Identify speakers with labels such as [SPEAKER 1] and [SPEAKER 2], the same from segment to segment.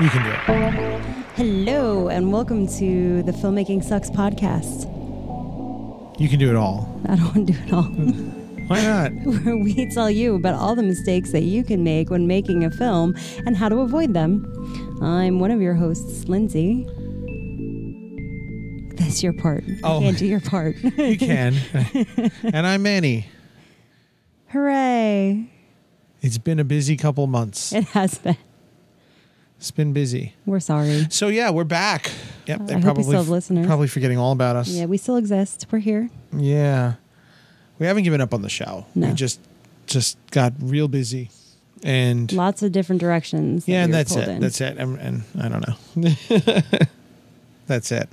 [SPEAKER 1] You can do it.
[SPEAKER 2] Hello, and welcome to the Filmmaking Sucks podcast.
[SPEAKER 1] You can do it all.
[SPEAKER 2] I don't want to do it
[SPEAKER 1] Hmm.
[SPEAKER 2] all.
[SPEAKER 1] Why not?
[SPEAKER 2] Where we tell you about all the mistakes that you can make when making a film and how to avoid them. I'm one of your hosts, Lindsay. That's your part.
[SPEAKER 1] Oh.
[SPEAKER 2] You can't do your part.
[SPEAKER 1] You can. and I'm Manny.
[SPEAKER 2] Hooray.
[SPEAKER 1] It's been a busy couple months.
[SPEAKER 2] It has been.
[SPEAKER 1] It's been busy.
[SPEAKER 2] We're sorry.
[SPEAKER 1] So yeah, we're back. Yep,
[SPEAKER 2] I hope you still have listeners.
[SPEAKER 1] probably forgetting all about us.
[SPEAKER 2] Yeah, we still exist. We're here.
[SPEAKER 1] Yeah. We haven't given up on the show.
[SPEAKER 2] No.
[SPEAKER 1] We just just got real busy. And
[SPEAKER 2] Lots of different directions. that
[SPEAKER 1] yeah,
[SPEAKER 2] we
[SPEAKER 1] and
[SPEAKER 2] were
[SPEAKER 1] that's
[SPEAKER 2] pulled
[SPEAKER 1] it.
[SPEAKER 2] in.
[SPEAKER 1] That's it. And, and I don't know. that's it.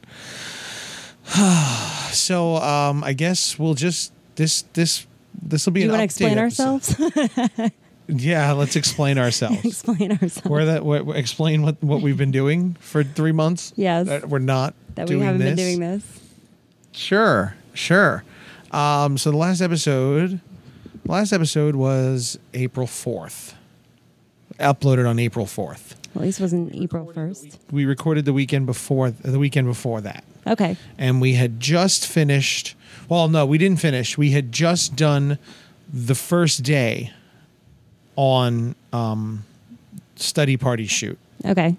[SPEAKER 1] so um I guess we'll just this this this will be
[SPEAKER 2] Do you
[SPEAKER 1] an
[SPEAKER 2] want to
[SPEAKER 1] update
[SPEAKER 2] explain
[SPEAKER 1] episode.
[SPEAKER 2] ourselves?
[SPEAKER 1] Yeah, let's explain ourselves.
[SPEAKER 2] explain ourselves.
[SPEAKER 1] Where that where, where- explain what what we've been doing for 3 months?
[SPEAKER 2] Yes.
[SPEAKER 1] That we're not
[SPEAKER 2] that we
[SPEAKER 1] doing
[SPEAKER 2] haven't
[SPEAKER 1] this.
[SPEAKER 2] been doing this.
[SPEAKER 1] Sure, sure. Um, so the last episode, last episode was April fourth, uploaded on April fourth.
[SPEAKER 2] Well, at least it wasn't April 1st.
[SPEAKER 1] We recorded the weekend before the weekend before that,
[SPEAKER 2] Okay.
[SPEAKER 1] and we had just finished. Well, no, we didn't finish. We had just done the first day on um, study party shoot,
[SPEAKER 2] Okay.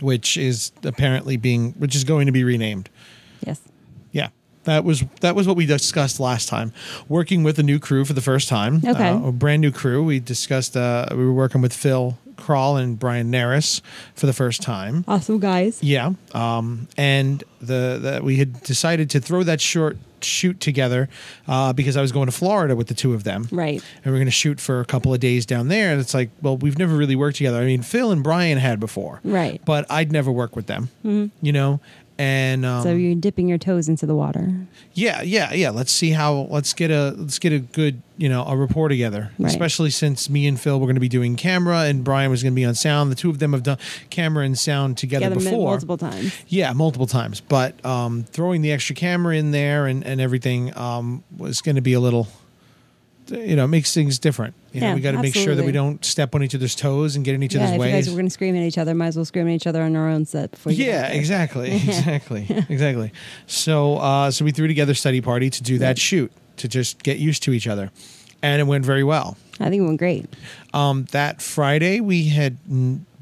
[SPEAKER 1] which is apparently being which is going to be renamed.
[SPEAKER 2] Yes.
[SPEAKER 1] Yeah. That was that was what we discussed last time. Working with a new crew for the first time,
[SPEAKER 2] Okay.
[SPEAKER 1] uh, a brand new crew. We discussed uh, we were working with Phil Crawl and Brian Naris for the first time.
[SPEAKER 2] Awesome, guys.
[SPEAKER 1] Yeah, um, and the, the we had decided to throw that short shoot together uh, because I was going to Florida with the two of them,
[SPEAKER 2] Right.
[SPEAKER 1] And we are going to shoot for a couple of days down there. And it's like, well, we've never really worked together. I mean, Phil and Brian had before,
[SPEAKER 2] Right. Hmm.
[SPEAKER 1] But I'd never worked with them, you know. And um,
[SPEAKER 2] So you're dipping your toes into the water.
[SPEAKER 1] yeah, yeah, yeah. Let's see how. Let's get a let's get a good you know a rapport together.
[SPEAKER 2] Right.
[SPEAKER 1] Especially since me and Phil were going to be doing camera and Brian was going to be on sound. The two of them have done camera and sound together
[SPEAKER 2] Gather
[SPEAKER 1] before.
[SPEAKER 2] multiple times.
[SPEAKER 1] Yeah, multiple times. But um, throwing the extra camera in there and and everything um, was going to be a little. You know, it makes things different. You know,
[SPEAKER 2] Yeah,
[SPEAKER 1] we got to make sure that we
[SPEAKER 2] absolutely.
[SPEAKER 1] don't step on each other's toes and get in each
[SPEAKER 2] Yeah,
[SPEAKER 1] other's
[SPEAKER 2] if
[SPEAKER 1] way.
[SPEAKER 2] you
[SPEAKER 1] ways.
[SPEAKER 2] guys were going to scream at each other, might as well scream at each other on our own set before you. get
[SPEAKER 1] Yeah,
[SPEAKER 2] out there.
[SPEAKER 1] exactly, exactly, exactly. So, uh, so we threw together study party to do that shoot to just get used to each other, and it went very well.
[SPEAKER 2] I think it went great.
[SPEAKER 1] Um, that Friday we had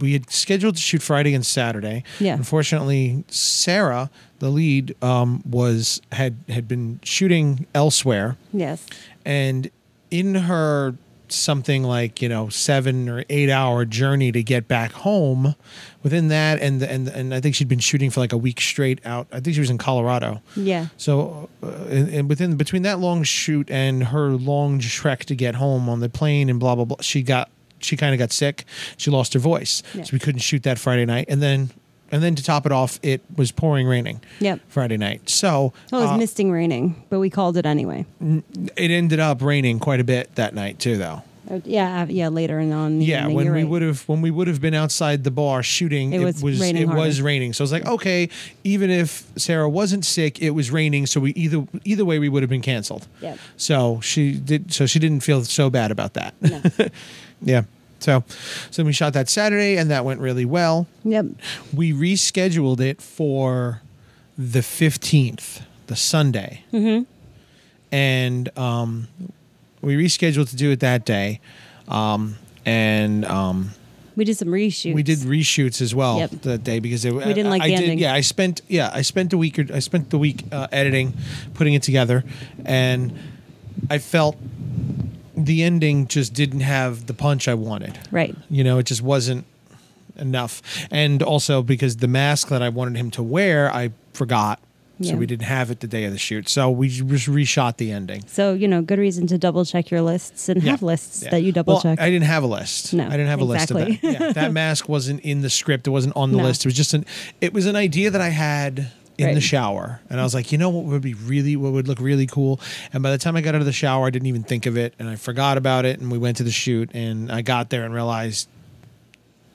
[SPEAKER 1] we had scheduled to shoot Friday and Saturday.
[SPEAKER 2] Yeah.
[SPEAKER 1] Unfortunately, Sarah, the lead, um, was had had been shooting elsewhere,
[SPEAKER 2] Yes.
[SPEAKER 1] and in her something like you know seven or eight hour journey to get back home within that and and and i think she'd been shooting for like a week straight out i think she was in colorado
[SPEAKER 2] Yeah.
[SPEAKER 1] so uh, and, and within between that long shoot and her long trek to get home on the plane and blah blah blah she got she kind of got sick she lost her voice
[SPEAKER 2] Yeah.
[SPEAKER 1] so we couldn't shoot that friday night and then and then to top it off it was pouring raining
[SPEAKER 2] Yep.
[SPEAKER 1] friday night so
[SPEAKER 2] Well, it was
[SPEAKER 1] uh,
[SPEAKER 2] misting raining, but we called it anyway.
[SPEAKER 1] it ended up raining quite a bit that night too though
[SPEAKER 2] Uh, Yeah. uh, Yeah. Later and on. in the
[SPEAKER 1] Yeah,
[SPEAKER 2] evening,
[SPEAKER 1] when
[SPEAKER 2] you're
[SPEAKER 1] we
[SPEAKER 2] right.
[SPEAKER 1] would have when we would have been outside the bar shooting,
[SPEAKER 2] It
[SPEAKER 1] it was
[SPEAKER 2] was
[SPEAKER 1] it was
[SPEAKER 2] raining
[SPEAKER 1] raining.
[SPEAKER 2] harder.
[SPEAKER 1] So I was like, okay, even if Sarah wasn't sick, it was raining. So we either either way we would have been canceled.
[SPEAKER 2] Yep.
[SPEAKER 1] So she did. So she didn't feel so bad about that.
[SPEAKER 2] No.
[SPEAKER 1] yeah. So so we shot that Saturday, and that went really well.
[SPEAKER 2] Yep.
[SPEAKER 1] We rescheduled it for the fifteenth, the Sunday, mm-hmm. and um, we rescheduled to do it that day. Um, and um,
[SPEAKER 2] We did some reshoots.
[SPEAKER 1] we did reshoots as well
[SPEAKER 2] Yep.
[SPEAKER 1] that day because it, we
[SPEAKER 2] didn't like
[SPEAKER 1] I
[SPEAKER 2] the
[SPEAKER 1] did,
[SPEAKER 2] ending.
[SPEAKER 1] Yeah, I spent yeah I spent a week or I spent the week uh, editing, putting it together, and I felt the ending just didn't have the punch I wanted.
[SPEAKER 2] Right.
[SPEAKER 1] You know, it just wasn't enough, and also because the mask that I wanted him to wear, I forgot.
[SPEAKER 2] Yeah.
[SPEAKER 1] So we didn't have it the day of the shoot. So we just reshot the ending.
[SPEAKER 2] So, you know, good reason to double check your lists and
[SPEAKER 1] Yeah.
[SPEAKER 2] have lists
[SPEAKER 1] Yeah.
[SPEAKER 2] that you double
[SPEAKER 1] Well,
[SPEAKER 2] check.
[SPEAKER 1] I didn't have a list.
[SPEAKER 2] No,
[SPEAKER 1] I didn't have a list
[SPEAKER 2] exactly.
[SPEAKER 1] of that. Yeah, that mask wasn't in the script. It wasn't on the
[SPEAKER 2] No.
[SPEAKER 1] list. It was just an. It was an idea that I had in the
[SPEAKER 2] Right.
[SPEAKER 1] shower, and I was like, you know what would be really what would look really cool. And by the time I got out of the shower, I didn't even think of it, and I forgot about it. And we went to the shoot, and I got there and realized,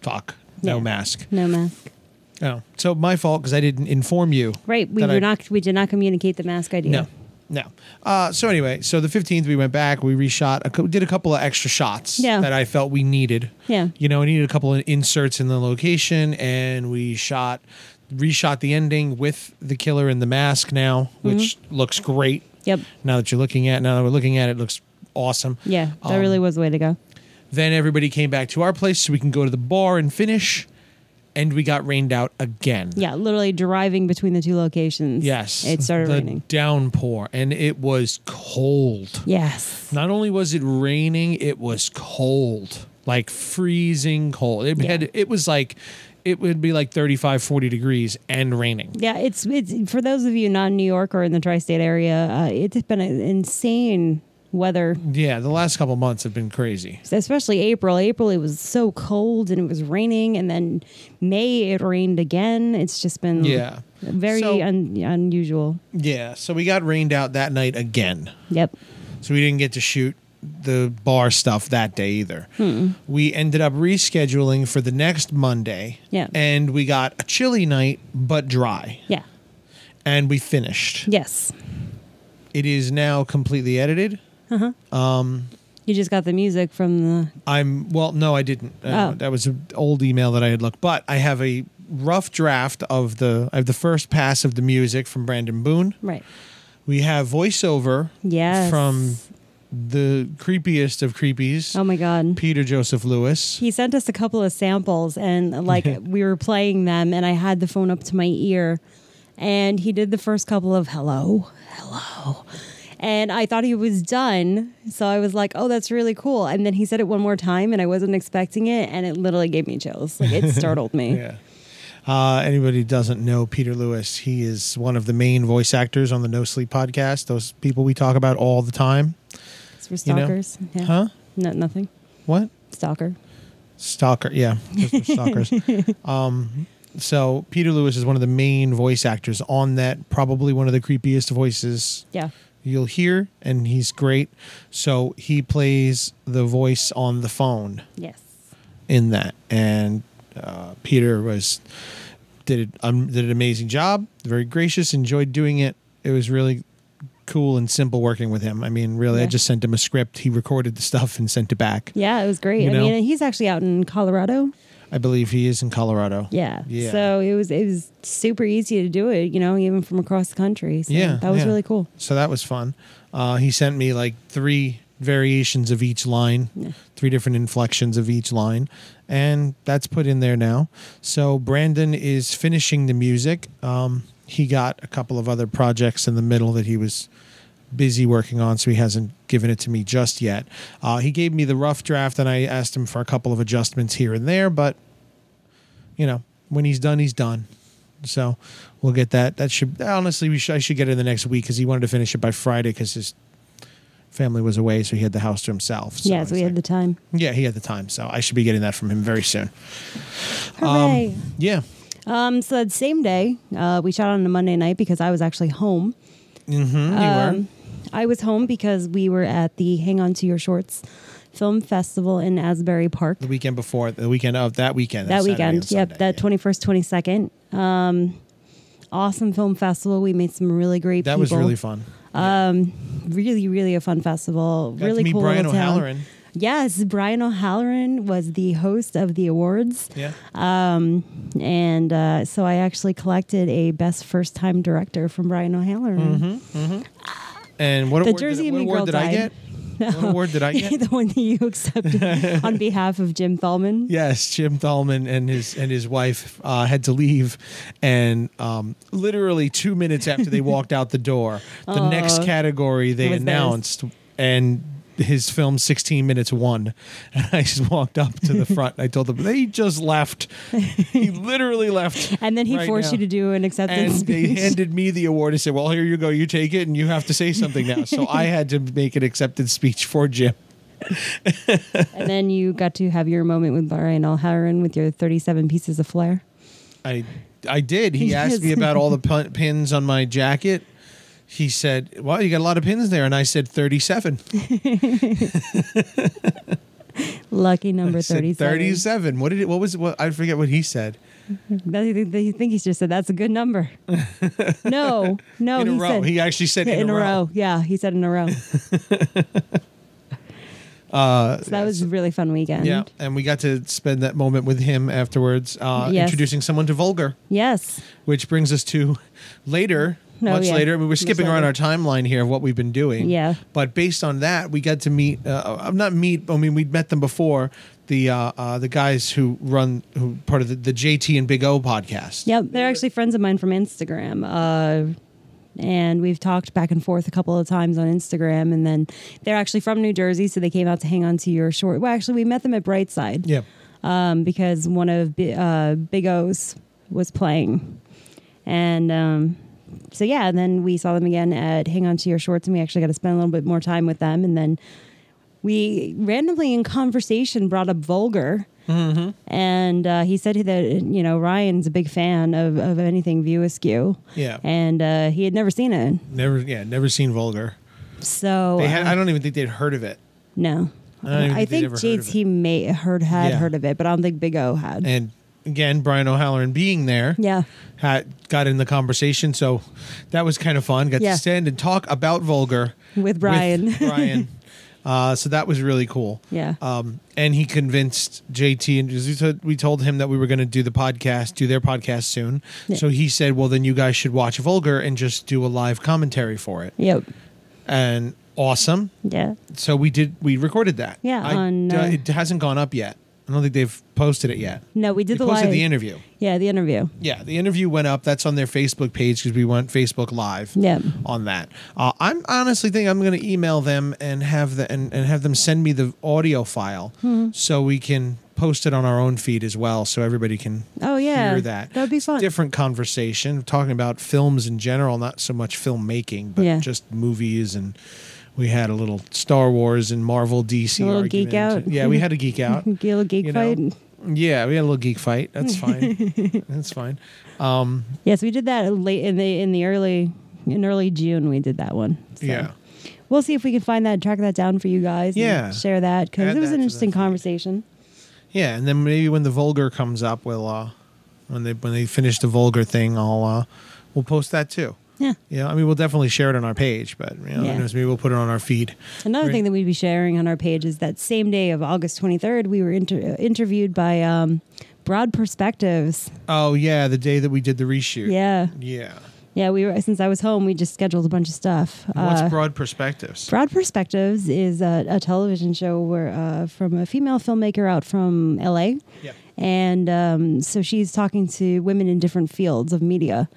[SPEAKER 1] fuck, no
[SPEAKER 2] Yeah.
[SPEAKER 1] mask.
[SPEAKER 2] no mask.
[SPEAKER 1] Oh, so my fault because I didn't inform you.
[SPEAKER 2] Right. We
[SPEAKER 1] that
[SPEAKER 2] were
[SPEAKER 1] I-
[SPEAKER 2] not. We did not communicate the mask idea.
[SPEAKER 1] No, No. Uh, so anyway, so the 15th we went back, we reshot, a cou- did a couple of extra shots
[SPEAKER 2] Yeah.
[SPEAKER 1] that I felt we needed.
[SPEAKER 2] Yeah.
[SPEAKER 1] You know, I needed a couple of inserts in the location, and we shot, reshot the ending with the killer in the mask now,
[SPEAKER 2] Mm-hmm.
[SPEAKER 1] which looks great.
[SPEAKER 2] Yep.
[SPEAKER 1] Now that you're looking at, now that we're looking at it, it looks awesome.
[SPEAKER 2] Yeah, that
[SPEAKER 1] Um,
[SPEAKER 2] really was the way to go.
[SPEAKER 1] Then everybody came back to our place so we can go to the bar and finish, and we got rained out again.
[SPEAKER 2] Yeah, literally driving between the two locations.
[SPEAKER 1] Yes.
[SPEAKER 2] It started
[SPEAKER 1] the
[SPEAKER 2] raining.
[SPEAKER 1] Downpour, and it was cold.
[SPEAKER 2] Yes.
[SPEAKER 1] Not only was it raining, it was cold, like freezing cold. It
[SPEAKER 2] Yeah.
[SPEAKER 1] had it was like it would be like 35 40 degrees and raining.
[SPEAKER 2] Yeah, it's it's for those of you not in New York or in the tri-state area, uh, it's been an insane weather,
[SPEAKER 1] Yeah, the last couple months have been crazy.
[SPEAKER 2] especially April. April it was so cold and it was raining, and then May it rained again. It's just been
[SPEAKER 1] Yeah.
[SPEAKER 2] very
[SPEAKER 1] So-
[SPEAKER 2] un- unusual.
[SPEAKER 1] Yeah, so we got rained out that night again.
[SPEAKER 2] Yep.
[SPEAKER 1] So we didn't get to shoot the bar stuff that day either. We ended up rescheduling for the next Monday.
[SPEAKER 2] Yeah.
[SPEAKER 1] And we got a chilly night but dry
[SPEAKER 2] Yeah.
[SPEAKER 1] and we finished.
[SPEAKER 2] Yes.
[SPEAKER 1] It is now completely edited.
[SPEAKER 2] You just got the music from the
[SPEAKER 1] I'm well. No, I didn't. Uh,
[SPEAKER 2] Oh.
[SPEAKER 1] that was an old email that I had looked, but I have a rough draft of the. I have the first pass of the music from Brandon Boone.
[SPEAKER 2] right.
[SPEAKER 1] We have voiceover.
[SPEAKER 2] Yes.
[SPEAKER 1] From the creepiest of creepies,
[SPEAKER 2] Oh my God.
[SPEAKER 1] Peter Joseph Lewis.
[SPEAKER 2] he sent us a couple of samples and like we were playing them and i had the phone up to my ear and he did the first couple of hello hello and i thought he was done so i was like oh that's really cool and then he said it one more time and i wasn't expecting it and it literally gave me chills like it startled me
[SPEAKER 1] Yeah. Uh, anybody who doesn't know Peter Lewis, he is one of the main voice actors on the No Sleep podcast. Those people we talk about all the time.
[SPEAKER 2] it's for
[SPEAKER 1] You know?
[SPEAKER 2] stalkers yeah.
[SPEAKER 1] Huh?
[SPEAKER 2] no nothing
[SPEAKER 1] What?
[SPEAKER 2] stalker
[SPEAKER 1] Stalker, yeah, those were stalkers. um, so Peter Lewis is one of the main voice actors on that. Probably one of the creepiest voices
[SPEAKER 2] yeah
[SPEAKER 1] you'll hear, and he's great. So he plays the voice on the phone
[SPEAKER 2] yes
[SPEAKER 1] in that, and uh, Peter was did it um, did an amazing job. Very gracious, enjoyed doing it. It was really cool and simple working with him. I mean, really, I
[SPEAKER 2] Yeah.
[SPEAKER 1] just sent him a script. He recorded the stuff and sent it back.
[SPEAKER 2] yeah it was great
[SPEAKER 1] You
[SPEAKER 2] i
[SPEAKER 1] know?
[SPEAKER 2] mean he's actually out in colorado
[SPEAKER 1] I believe he is in Colorado.
[SPEAKER 2] Yeah.
[SPEAKER 1] Yeah.
[SPEAKER 2] So it was it was super easy to do it, you know, even from across the country. So
[SPEAKER 1] Yeah,
[SPEAKER 2] That was
[SPEAKER 1] yeah.
[SPEAKER 2] really cool.
[SPEAKER 1] So that was fun. Uh, he sent me like three variations of each line, three different inflections of each line, and that's put in there now. So Brandon is finishing the music. Um, he got a couple of other projects in the middle that he was busy working on, so he hasn't given it to me just yet. Uh, he gave me the rough draft, and I asked him for a couple of adjustments here and there, but you know, when he's done, he's done. So we'll get that. That should honestly, we should, I should get it in the next week because he wanted to finish it by Friday because his family was away, so he had the house to himself. So
[SPEAKER 2] yeah, so we had the time.
[SPEAKER 1] the yeah, he had the time, so I should be getting that from him very soon. Um,
[SPEAKER 2] Hooray.
[SPEAKER 1] Yeah,
[SPEAKER 2] Um, so that same day, uh, we shot on a Monday night because I was actually home.
[SPEAKER 1] mm, you were.
[SPEAKER 2] Um, I was home because we were at the Hang On to Your Shorts Film Festival in Asbury Park.
[SPEAKER 1] The weekend before, the weekend of that weekend,
[SPEAKER 2] that
[SPEAKER 1] Saturday and
[SPEAKER 2] weekend.
[SPEAKER 1] Sunday,
[SPEAKER 2] Yep, that
[SPEAKER 1] yeah.
[SPEAKER 2] twenty first, twenty second. Um, awesome film festival. We made some really great.
[SPEAKER 1] That
[SPEAKER 2] people.
[SPEAKER 1] was really fun.
[SPEAKER 2] really, really a fun festival.
[SPEAKER 1] Got
[SPEAKER 2] really
[SPEAKER 1] to meet
[SPEAKER 2] cool.
[SPEAKER 1] Brian
[SPEAKER 2] little town.
[SPEAKER 1] O'Halloran.
[SPEAKER 2] Yes, Brian O'Halloran was the host of the awards,
[SPEAKER 1] Yeah,
[SPEAKER 2] and uh, so I actually collected a best first time director from Brian O'Halloran.
[SPEAKER 1] and what
[SPEAKER 2] The
[SPEAKER 1] award
[SPEAKER 2] Jersey
[SPEAKER 1] did, what
[SPEAKER 2] Mean
[SPEAKER 1] award
[SPEAKER 2] Girl
[SPEAKER 1] did I
[SPEAKER 2] died.
[SPEAKER 1] get? What award did I get?
[SPEAKER 2] the one that you accepted on behalf of Jim Thalman.
[SPEAKER 1] Yes, Jim Thalman and his and his wife uh, had to leave, and um, literally two minutes after they walked out the door, the next category they
[SPEAKER 2] was theirs.
[SPEAKER 1] announced, and his film 16 minutes won. And I just walked up to the front. and I told them they just left. He literally left.
[SPEAKER 2] And then he
[SPEAKER 1] right
[SPEAKER 2] forced
[SPEAKER 1] now.
[SPEAKER 2] you to do an
[SPEAKER 1] And
[SPEAKER 2] acceptance
[SPEAKER 1] they
[SPEAKER 2] speech.
[SPEAKER 1] handed me the award and said, "Well, here you go. You take it, and you have to say something now." So I had to make an acceptance speech for Jim.
[SPEAKER 2] and then you got to have your moment with Brian O'Halloran with your 37 pieces of flair.
[SPEAKER 1] I I did. He asked me
[SPEAKER 2] Yes.
[SPEAKER 1] about all the pun- pins on my jacket. He said, "Wow, you got a lot of pins there," and I said, "37."
[SPEAKER 2] Lucky number
[SPEAKER 1] I said,
[SPEAKER 2] 37.
[SPEAKER 1] "37." What did it? What was? What I forget what he said.
[SPEAKER 2] They think- they think he's just said that's a good number. no, no,
[SPEAKER 1] in a
[SPEAKER 2] Oh, he
[SPEAKER 1] row.
[SPEAKER 2] said
[SPEAKER 1] he actually said in, a row.
[SPEAKER 2] Yeah, he said in a row.
[SPEAKER 1] Uh,
[SPEAKER 2] So that was a really fun weekend.
[SPEAKER 1] yeah, and we got to spend that moment with him afterwards, uh,
[SPEAKER 2] Yes.
[SPEAKER 1] introducing someone to Vulgar,
[SPEAKER 2] Yes.
[SPEAKER 1] which brings us to later,
[SPEAKER 2] No,
[SPEAKER 1] much
[SPEAKER 2] Oh, yeah.
[SPEAKER 1] later. I mean, we're
[SPEAKER 2] Much
[SPEAKER 1] skipping around
[SPEAKER 2] later.
[SPEAKER 1] our timeline here of what we've been doing.
[SPEAKER 2] Yeah.
[SPEAKER 1] But based on that, we got to meet. Uh, I'm not meet. I mean, we'd met them before. The uh, uh, the guys who run who part of the, the JT and Big O podcast.
[SPEAKER 2] Yep. They're actually friends of mine from Instagram. Uh, and we've talked back and forth a couple of times on Instagram. And then they're actually from New Jersey. So they came out to hang on to your short. Well, actually, we met them at Brightside
[SPEAKER 1] Yeah.
[SPEAKER 2] um, because one of Bi- uh, Big O's was playing. And um, so, yeah, and then we saw them again at Hang On to Your Shorts. And we actually got to spend a little bit more time with them. And then we randomly in conversation brought up Vulgar.
[SPEAKER 1] Mm-hmm.
[SPEAKER 2] And uh, he said that, you know, Ryan's a big fan of, of anything View Askew.
[SPEAKER 1] Yeah.
[SPEAKER 2] And uh, he had never seen it.
[SPEAKER 1] Never. Yeah. Never seen Vulgar.
[SPEAKER 2] So,
[SPEAKER 1] They had,
[SPEAKER 2] uh,
[SPEAKER 1] I don't even think they'd heard of it.
[SPEAKER 2] no.
[SPEAKER 1] I don't even
[SPEAKER 2] I
[SPEAKER 1] think they'd ever heard
[SPEAKER 2] think
[SPEAKER 1] of
[SPEAKER 2] JT may heard had
[SPEAKER 1] Yeah.
[SPEAKER 2] heard of it, but I don't think Big O had.
[SPEAKER 1] And again, Brian O'Halloran being there.
[SPEAKER 2] yeah.
[SPEAKER 1] Had, got in the conversation, so that was kind of fun. Got
[SPEAKER 2] Yeah.
[SPEAKER 1] to stand and talk about Vulgar
[SPEAKER 2] With Brian.
[SPEAKER 1] Brian. Uh, so that was really cool.
[SPEAKER 2] Yeah.
[SPEAKER 1] Um, and he convinced JT, and we said- we told him that we were going to do the podcast, do their podcast soon.
[SPEAKER 2] Yeah.
[SPEAKER 1] So he said, "Well, then you guys should watch Vulgar and just do a live commentary for it."
[SPEAKER 2] Yep.
[SPEAKER 1] And awesome.
[SPEAKER 2] Yeah.
[SPEAKER 1] So we did. We recorded that.
[SPEAKER 2] Yeah,
[SPEAKER 1] I-
[SPEAKER 2] on, uh,
[SPEAKER 1] it hasn't gone up yet. I don't think they've posted it yet.
[SPEAKER 2] No, we
[SPEAKER 1] They
[SPEAKER 2] did the
[SPEAKER 1] posted
[SPEAKER 2] live.
[SPEAKER 1] the interview.
[SPEAKER 2] yeah, the interview.
[SPEAKER 1] Yeah, the interview went up. That's on their Facebook page because we went Facebook Live.
[SPEAKER 2] Yep.
[SPEAKER 1] on that. Uh, I'm honestly think I'm going to email them and have the and, and have them send me the audio file
[SPEAKER 2] Hmm.
[SPEAKER 1] so we can post it on our own feed as well, so everybody can
[SPEAKER 2] Oh yeah.
[SPEAKER 1] hear that.
[SPEAKER 2] That would be
[SPEAKER 1] It's a
[SPEAKER 2] fun.
[SPEAKER 1] Different conversation, talking about films in general, not so much filmmaking, but
[SPEAKER 2] Yeah.
[SPEAKER 1] just movies and. We had a little Star Wars and Marvel DC
[SPEAKER 2] A little
[SPEAKER 1] argument.
[SPEAKER 2] geek out.
[SPEAKER 1] Yeah, we had a geek out.
[SPEAKER 2] Geek- little geek
[SPEAKER 1] you know.
[SPEAKER 2] fight.
[SPEAKER 1] Yeah, we had a little geek fight. That's fine. That's fine. Um,
[SPEAKER 2] Yes, we did that late in the in the early in early June. We did that one. So
[SPEAKER 1] Yeah.
[SPEAKER 2] We'll see if we can find that, track that down for you guys. and
[SPEAKER 1] Yeah.
[SPEAKER 2] share that because
[SPEAKER 1] Add
[SPEAKER 2] it
[SPEAKER 1] that
[SPEAKER 2] was
[SPEAKER 1] to
[SPEAKER 2] an
[SPEAKER 1] the
[SPEAKER 2] interesting
[SPEAKER 1] feed.
[SPEAKER 2] conversation.
[SPEAKER 1] Yeah, and then maybe when the vulgar comes up, we'll uh, when they when they finish the vulgar thing, I'll uh, we'll post that too.
[SPEAKER 2] Yeah.
[SPEAKER 1] Yeah, I mean we'll definitely share it on our page, but you know, who
[SPEAKER 2] Yeah.
[SPEAKER 1] knows, maybe we'll put it on our feed.
[SPEAKER 2] Another
[SPEAKER 1] Right.
[SPEAKER 2] thing that we'd be sharing on our page is that same day of August 23rd, we were inter- interviewed by um, Broad Perspectives.
[SPEAKER 1] Oh yeah, the day that we did the reshoot.
[SPEAKER 2] Yeah.
[SPEAKER 1] Yeah.
[SPEAKER 2] Yeah, we were since I was home, we just scheduled a bunch of stuff.
[SPEAKER 1] What's
[SPEAKER 2] Uh,
[SPEAKER 1] broad perspectives?
[SPEAKER 2] Broad Perspectives is a, a television show where uh, from a female filmmaker out from LA,
[SPEAKER 1] yeah.
[SPEAKER 2] and um, so she's talking to women in different fields of media.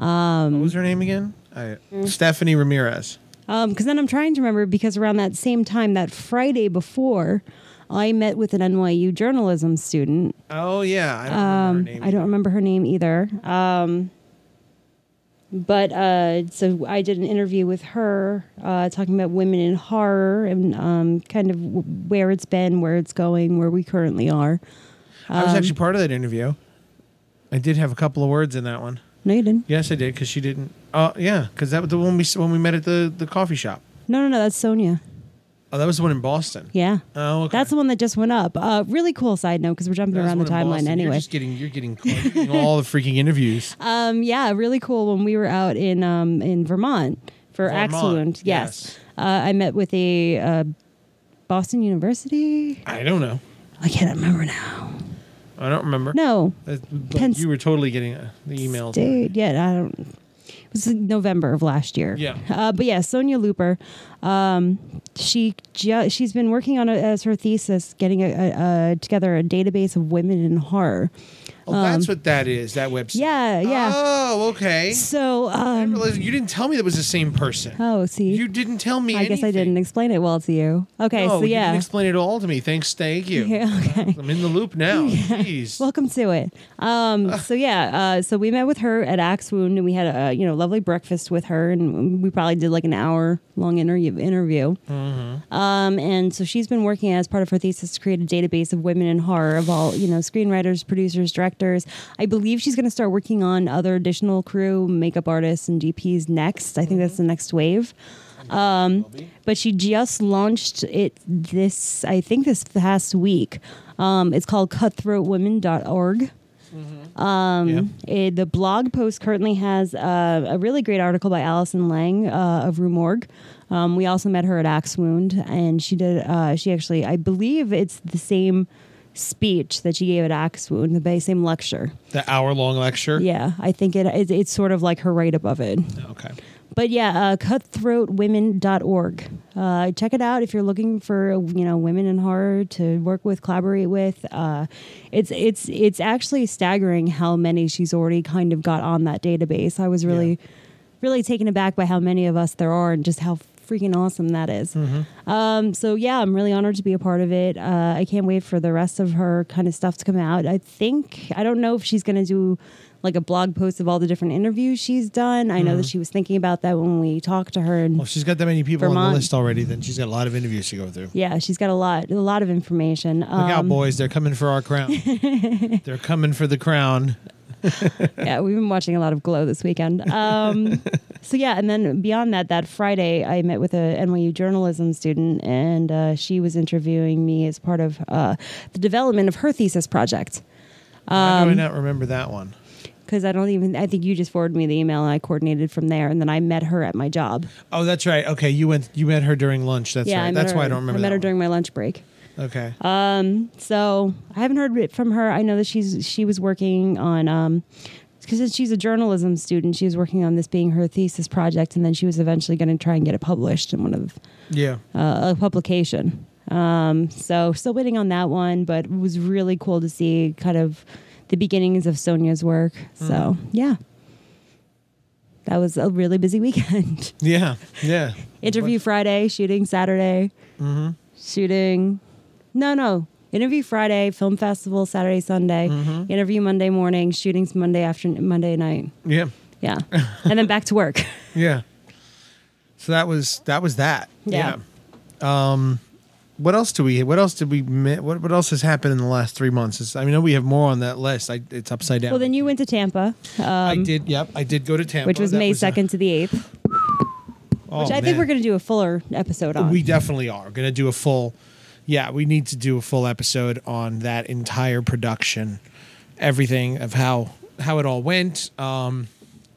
[SPEAKER 1] What was her name again? I,
[SPEAKER 2] Mm-hmm.
[SPEAKER 1] Stephanie Ramirez.
[SPEAKER 2] Because Um, then I'm trying to remember because around that same time, that Friday before, I met with an NYU journalism student.
[SPEAKER 1] Oh yeah, I don't remember her name.
[SPEAKER 2] Um, I don't remember her name either. Um, but uh, so I did an interview with her uh, talking about women in horror and um, kind of w- where it's been, where it's going, where we currently are.
[SPEAKER 1] I was
[SPEAKER 2] um,
[SPEAKER 1] actually part of that interview. I did have a couple of words in that one.
[SPEAKER 2] No, you didn't.
[SPEAKER 1] Yes, I did because she didn't. Oh yeah, because that was the one we s- when we met at the the coffee shop.
[SPEAKER 2] No, no, no. That's Sonia.
[SPEAKER 1] Oh, that was the one in Boston.
[SPEAKER 2] Yeah.
[SPEAKER 1] Oh, okay.
[SPEAKER 2] That's the one that just went up. Uh, really cool side note because we're jumping
[SPEAKER 1] That's
[SPEAKER 2] around the
[SPEAKER 1] one in
[SPEAKER 2] timeline
[SPEAKER 1] Boston. You're
[SPEAKER 2] anyway.
[SPEAKER 1] just getting you're getting, you're getting all the freaking interviews.
[SPEAKER 2] Um, yeah, really cool. When we were out in um, in Vermont for
[SPEAKER 1] Vermont,
[SPEAKER 2] Axe Wound, yes,
[SPEAKER 1] yes.
[SPEAKER 2] Uh, I met with a uh, Boston University.
[SPEAKER 1] I don't know.
[SPEAKER 2] I can't remember now.
[SPEAKER 1] I don't remember.
[SPEAKER 2] No,
[SPEAKER 1] That- but
[SPEAKER 2] Penn
[SPEAKER 1] you were totally getting uh, the emails.
[SPEAKER 2] dude. Yeah, I don't. It was in November of last year.
[SPEAKER 1] Yeah.
[SPEAKER 2] Uh, but yeah, Sonia Looper, um, she ju- she's been working on a, as her thesis, getting a, a, a together a database of women in horror.
[SPEAKER 1] Oh, that's what that is. That website.
[SPEAKER 2] um, Yeah, yeah.
[SPEAKER 1] Oh, okay.
[SPEAKER 2] So,
[SPEAKER 1] I didn't
[SPEAKER 2] um,
[SPEAKER 1] realize- you didn't tell me that was the same person.
[SPEAKER 2] oh, see,
[SPEAKER 1] You didn't tell me.
[SPEAKER 2] I guess I
[SPEAKER 1] anything.
[SPEAKER 2] didn't explain it well to you. Okay,
[SPEAKER 1] No,
[SPEAKER 2] so
[SPEAKER 1] you
[SPEAKER 2] yeah,
[SPEAKER 1] didn't explain it all to me. Thanks, thank you. Uh,
[SPEAKER 2] Yeah, okay.
[SPEAKER 1] I'm in the loop now. Jeez.
[SPEAKER 2] Welcome to it. Um, so yeah, uh, so we met with her at Axe Wound, and we had a you know lovely breakfast with her, and we probably did like an hour long interview. Interview. Um, and so she's been working as part of her thesis to create a database of women in horror of all you know screenwriters, producers, directors. I believe she's going to start working on other additional crew, makeup artists, and DPs next. I think that's the next wave. but she just launched it this i think this past week um, it's called cutthroatwomen.org Um,
[SPEAKER 1] Yeah.
[SPEAKER 2] eh, the blog post currently has uh, a really great article by Allison Lang uh, of Rue Morgue. Um, we also met her at Axe Wound, and she did. Uh, she actually, I believe, it's the same speech that she gave at Axe Wound, the ba- same lecture.
[SPEAKER 1] The hour long lecture.
[SPEAKER 2] Yeah, I think it, it. It's sort of like her right above it.
[SPEAKER 1] Okay.
[SPEAKER 2] But yeah, uh, cutthroatwomen.org. Uh, check it out if you're looking for you know women in horror to work with, collaborate with. Uh, it's it's it's actually staggering how many she's already kind of got on that database. I was really
[SPEAKER 1] Yeah.
[SPEAKER 2] really taken aback by how many of us there are and just how freaking awesome that is. Um, so yeah, I'm really honored to be a part of it. Uh, I can't wait for the rest of her kind of stuff to come out. I think I don't know if she's going to do like a blog post of all the different interviews she's done. I know that she was thinking about that when we talked to her, and
[SPEAKER 1] Mm-hmm. Well, if she's got that many people on
[SPEAKER 2] Vermont.
[SPEAKER 1] the list already, then she's got a lot of interviews to go through.
[SPEAKER 2] yeah, she's got a lot a lot of information. Um,
[SPEAKER 1] Look out, boys! They're coming for our crown. They're coming for the crown.
[SPEAKER 2] yeah, we've been watching a lot of Glow this weekend. Um, so yeah, and then beyond that, that Friday I met with a NYU journalism student, and uh, she was interviewing me as part of uh, the development of her thesis project.
[SPEAKER 1] Why
[SPEAKER 2] Um,
[SPEAKER 1] do I not remember that one?
[SPEAKER 2] Because I don't even, I think you just forwarded me the email and I coordinated from there, and then I met her at my job.
[SPEAKER 1] Oh, that's right. Okay, you went. You met her during lunch. That's
[SPEAKER 2] yeah,
[SPEAKER 1] right.
[SPEAKER 2] I met
[SPEAKER 1] That's
[SPEAKER 2] her,
[SPEAKER 1] why I don't remember.
[SPEAKER 2] I met
[SPEAKER 1] that
[SPEAKER 2] her
[SPEAKER 1] one.
[SPEAKER 2] during Uh, my lunch break. Um,
[SPEAKER 1] Okay.
[SPEAKER 2] So I haven't heard it from her. I know that she's she was working on um because she's a journalism student, she was working on this being her thesis project, and then she was eventually going to try and get it published in one of
[SPEAKER 1] yeah.
[SPEAKER 2] uh, a publication. Um, so still waiting on that one, but it was really cool to see kind of the beginnings of Sonia's work.
[SPEAKER 1] Mm.
[SPEAKER 2] So yeah, that was a really busy weekend.
[SPEAKER 1] Yeah. Yeah.
[SPEAKER 2] Interview Friday, shooting Saturday,
[SPEAKER 1] Mm-hmm.
[SPEAKER 2] shooting. No, no. Interview Friday, film festival Saturday, Sunday.
[SPEAKER 1] Mm-hmm.
[SPEAKER 2] Interview Monday morning, shootings Monday afternoon, Monday night.
[SPEAKER 1] Yeah.
[SPEAKER 2] Yeah, and then back to work.
[SPEAKER 1] Yeah. So that was that was that.
[SPEAKER 2] Yeah.
[SPEAKER 1] Um, what else do we? What else did we? mi- What What else has happened in the last three months? It's- I mean, I know we have more on that list. I, it's upside down.
[SPEAKER 2] Well, then you went to Tampa,
[SPEAKER 1] I
[SPEAKER 2] um,
[SPEAKER 1] did. Yep. I did go to Tampa,
[SPEAKER 2] which
[SPEAKER 1] Oh,
[SPEAKER 2] was
[SPEAKER 1] That
[SPEAKER 2] May
[SPEAKER 1] a-
[SPEAKER 2] second to the eighth,
[SPEAKER 1] oh,
[SPEAKER 2] which I think
[SPEAKER 1] man.
[SPEAKER 2] we're going to do a fuller episode on.
[SPEAKER 1] We definitely are going to do a full. Yeah, we need to do a full episode on that entire production, everything of how how it all went. Um,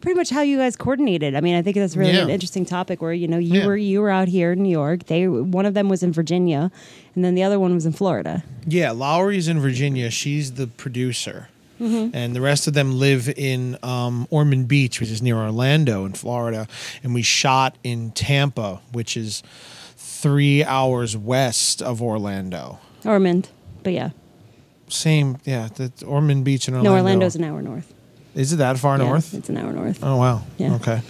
[SPEAKER 2] Pretty much how you guys coordinated. I mean, I think that's really
[SPEAKER 1] Yeah.
[SPEAKER 2] an interesting topic where you know you
[SPEAKER 1] Yeah.
[SPEAKER 2] were you were out here in New York. They one of them was in Virginia, and then the other one was in Florida.
[SPEAKER 1] Yeah, Lowry's in Virginia. She's the producer.
[SPEAKER 2] Mm-hmm.
[SPEAKER 1] And the rest of them live in um, Ormond Beach, which is near Orlando in Florida. And we shot in Tampa, which is three hours west of Orlando.
[SPEAKER 2] Ormond, but yeah,
[SPEAKER 1] Same, yeah, that's Ormond Beach and Orlando.
[SPEAKER 2] no, Orlando's an hour north.
[SPEAKER 1] Is it that far
[SPEAKER 2] Yeah,
[SPEAKER 1] north?
[SPEAKER 2] It's an hour north.
[SPEAKER 1] Oh, wow.
[SPEAKER 2] Yeah.
[SPEAKER 1] Okay.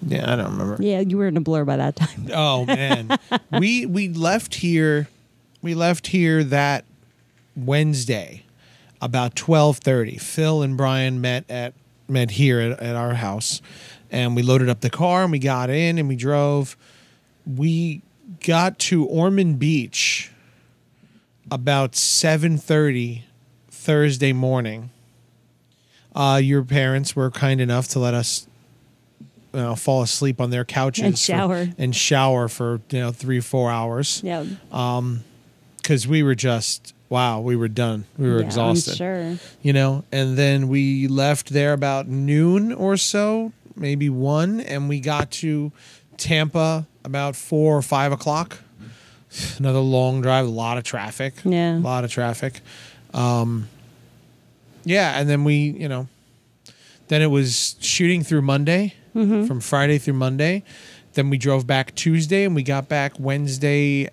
[SPEAKER 1] Yeah, I don't remember.
[SPEAKER 2] Yeah, you were in a blur by that time.
[SPEAKER 1] Oh man, we we left here, we left here that Wednesday, about twelve thirty. Phil and Brian met at met here at, at our house, and we loaded up the car and we got in and we drove. We got to Ormond Beach about seven thirty Thursday morning. Uh, your parents were kind enough to let us you know, fall asleep on their couches
[SPEAKER 2] And
[SPEAKER 1] for-
[SPEAKER 2] shower.
[SPEAKER 1] and shower for you know three four hours
[SPEAKER 2] Yeah.
[SPEAKER 1] because we were just wow we were done we were
[SPEAKER 2] Yeah, I'm
[SPEAKER 1] exhausted
[SPEAKER 2] sure.
[SPEAKER 1] you know and then we left there about noon or so maybe one and we got to tampa about four or five o'clock another long drive a lot of traffic
[SPEAKER 2] Yeah.
[SPEAKER 1] a lot of traffic um yeah and then we you know then it was shooting through monday from friday through monday then we drove back tuesday and we got back wednesday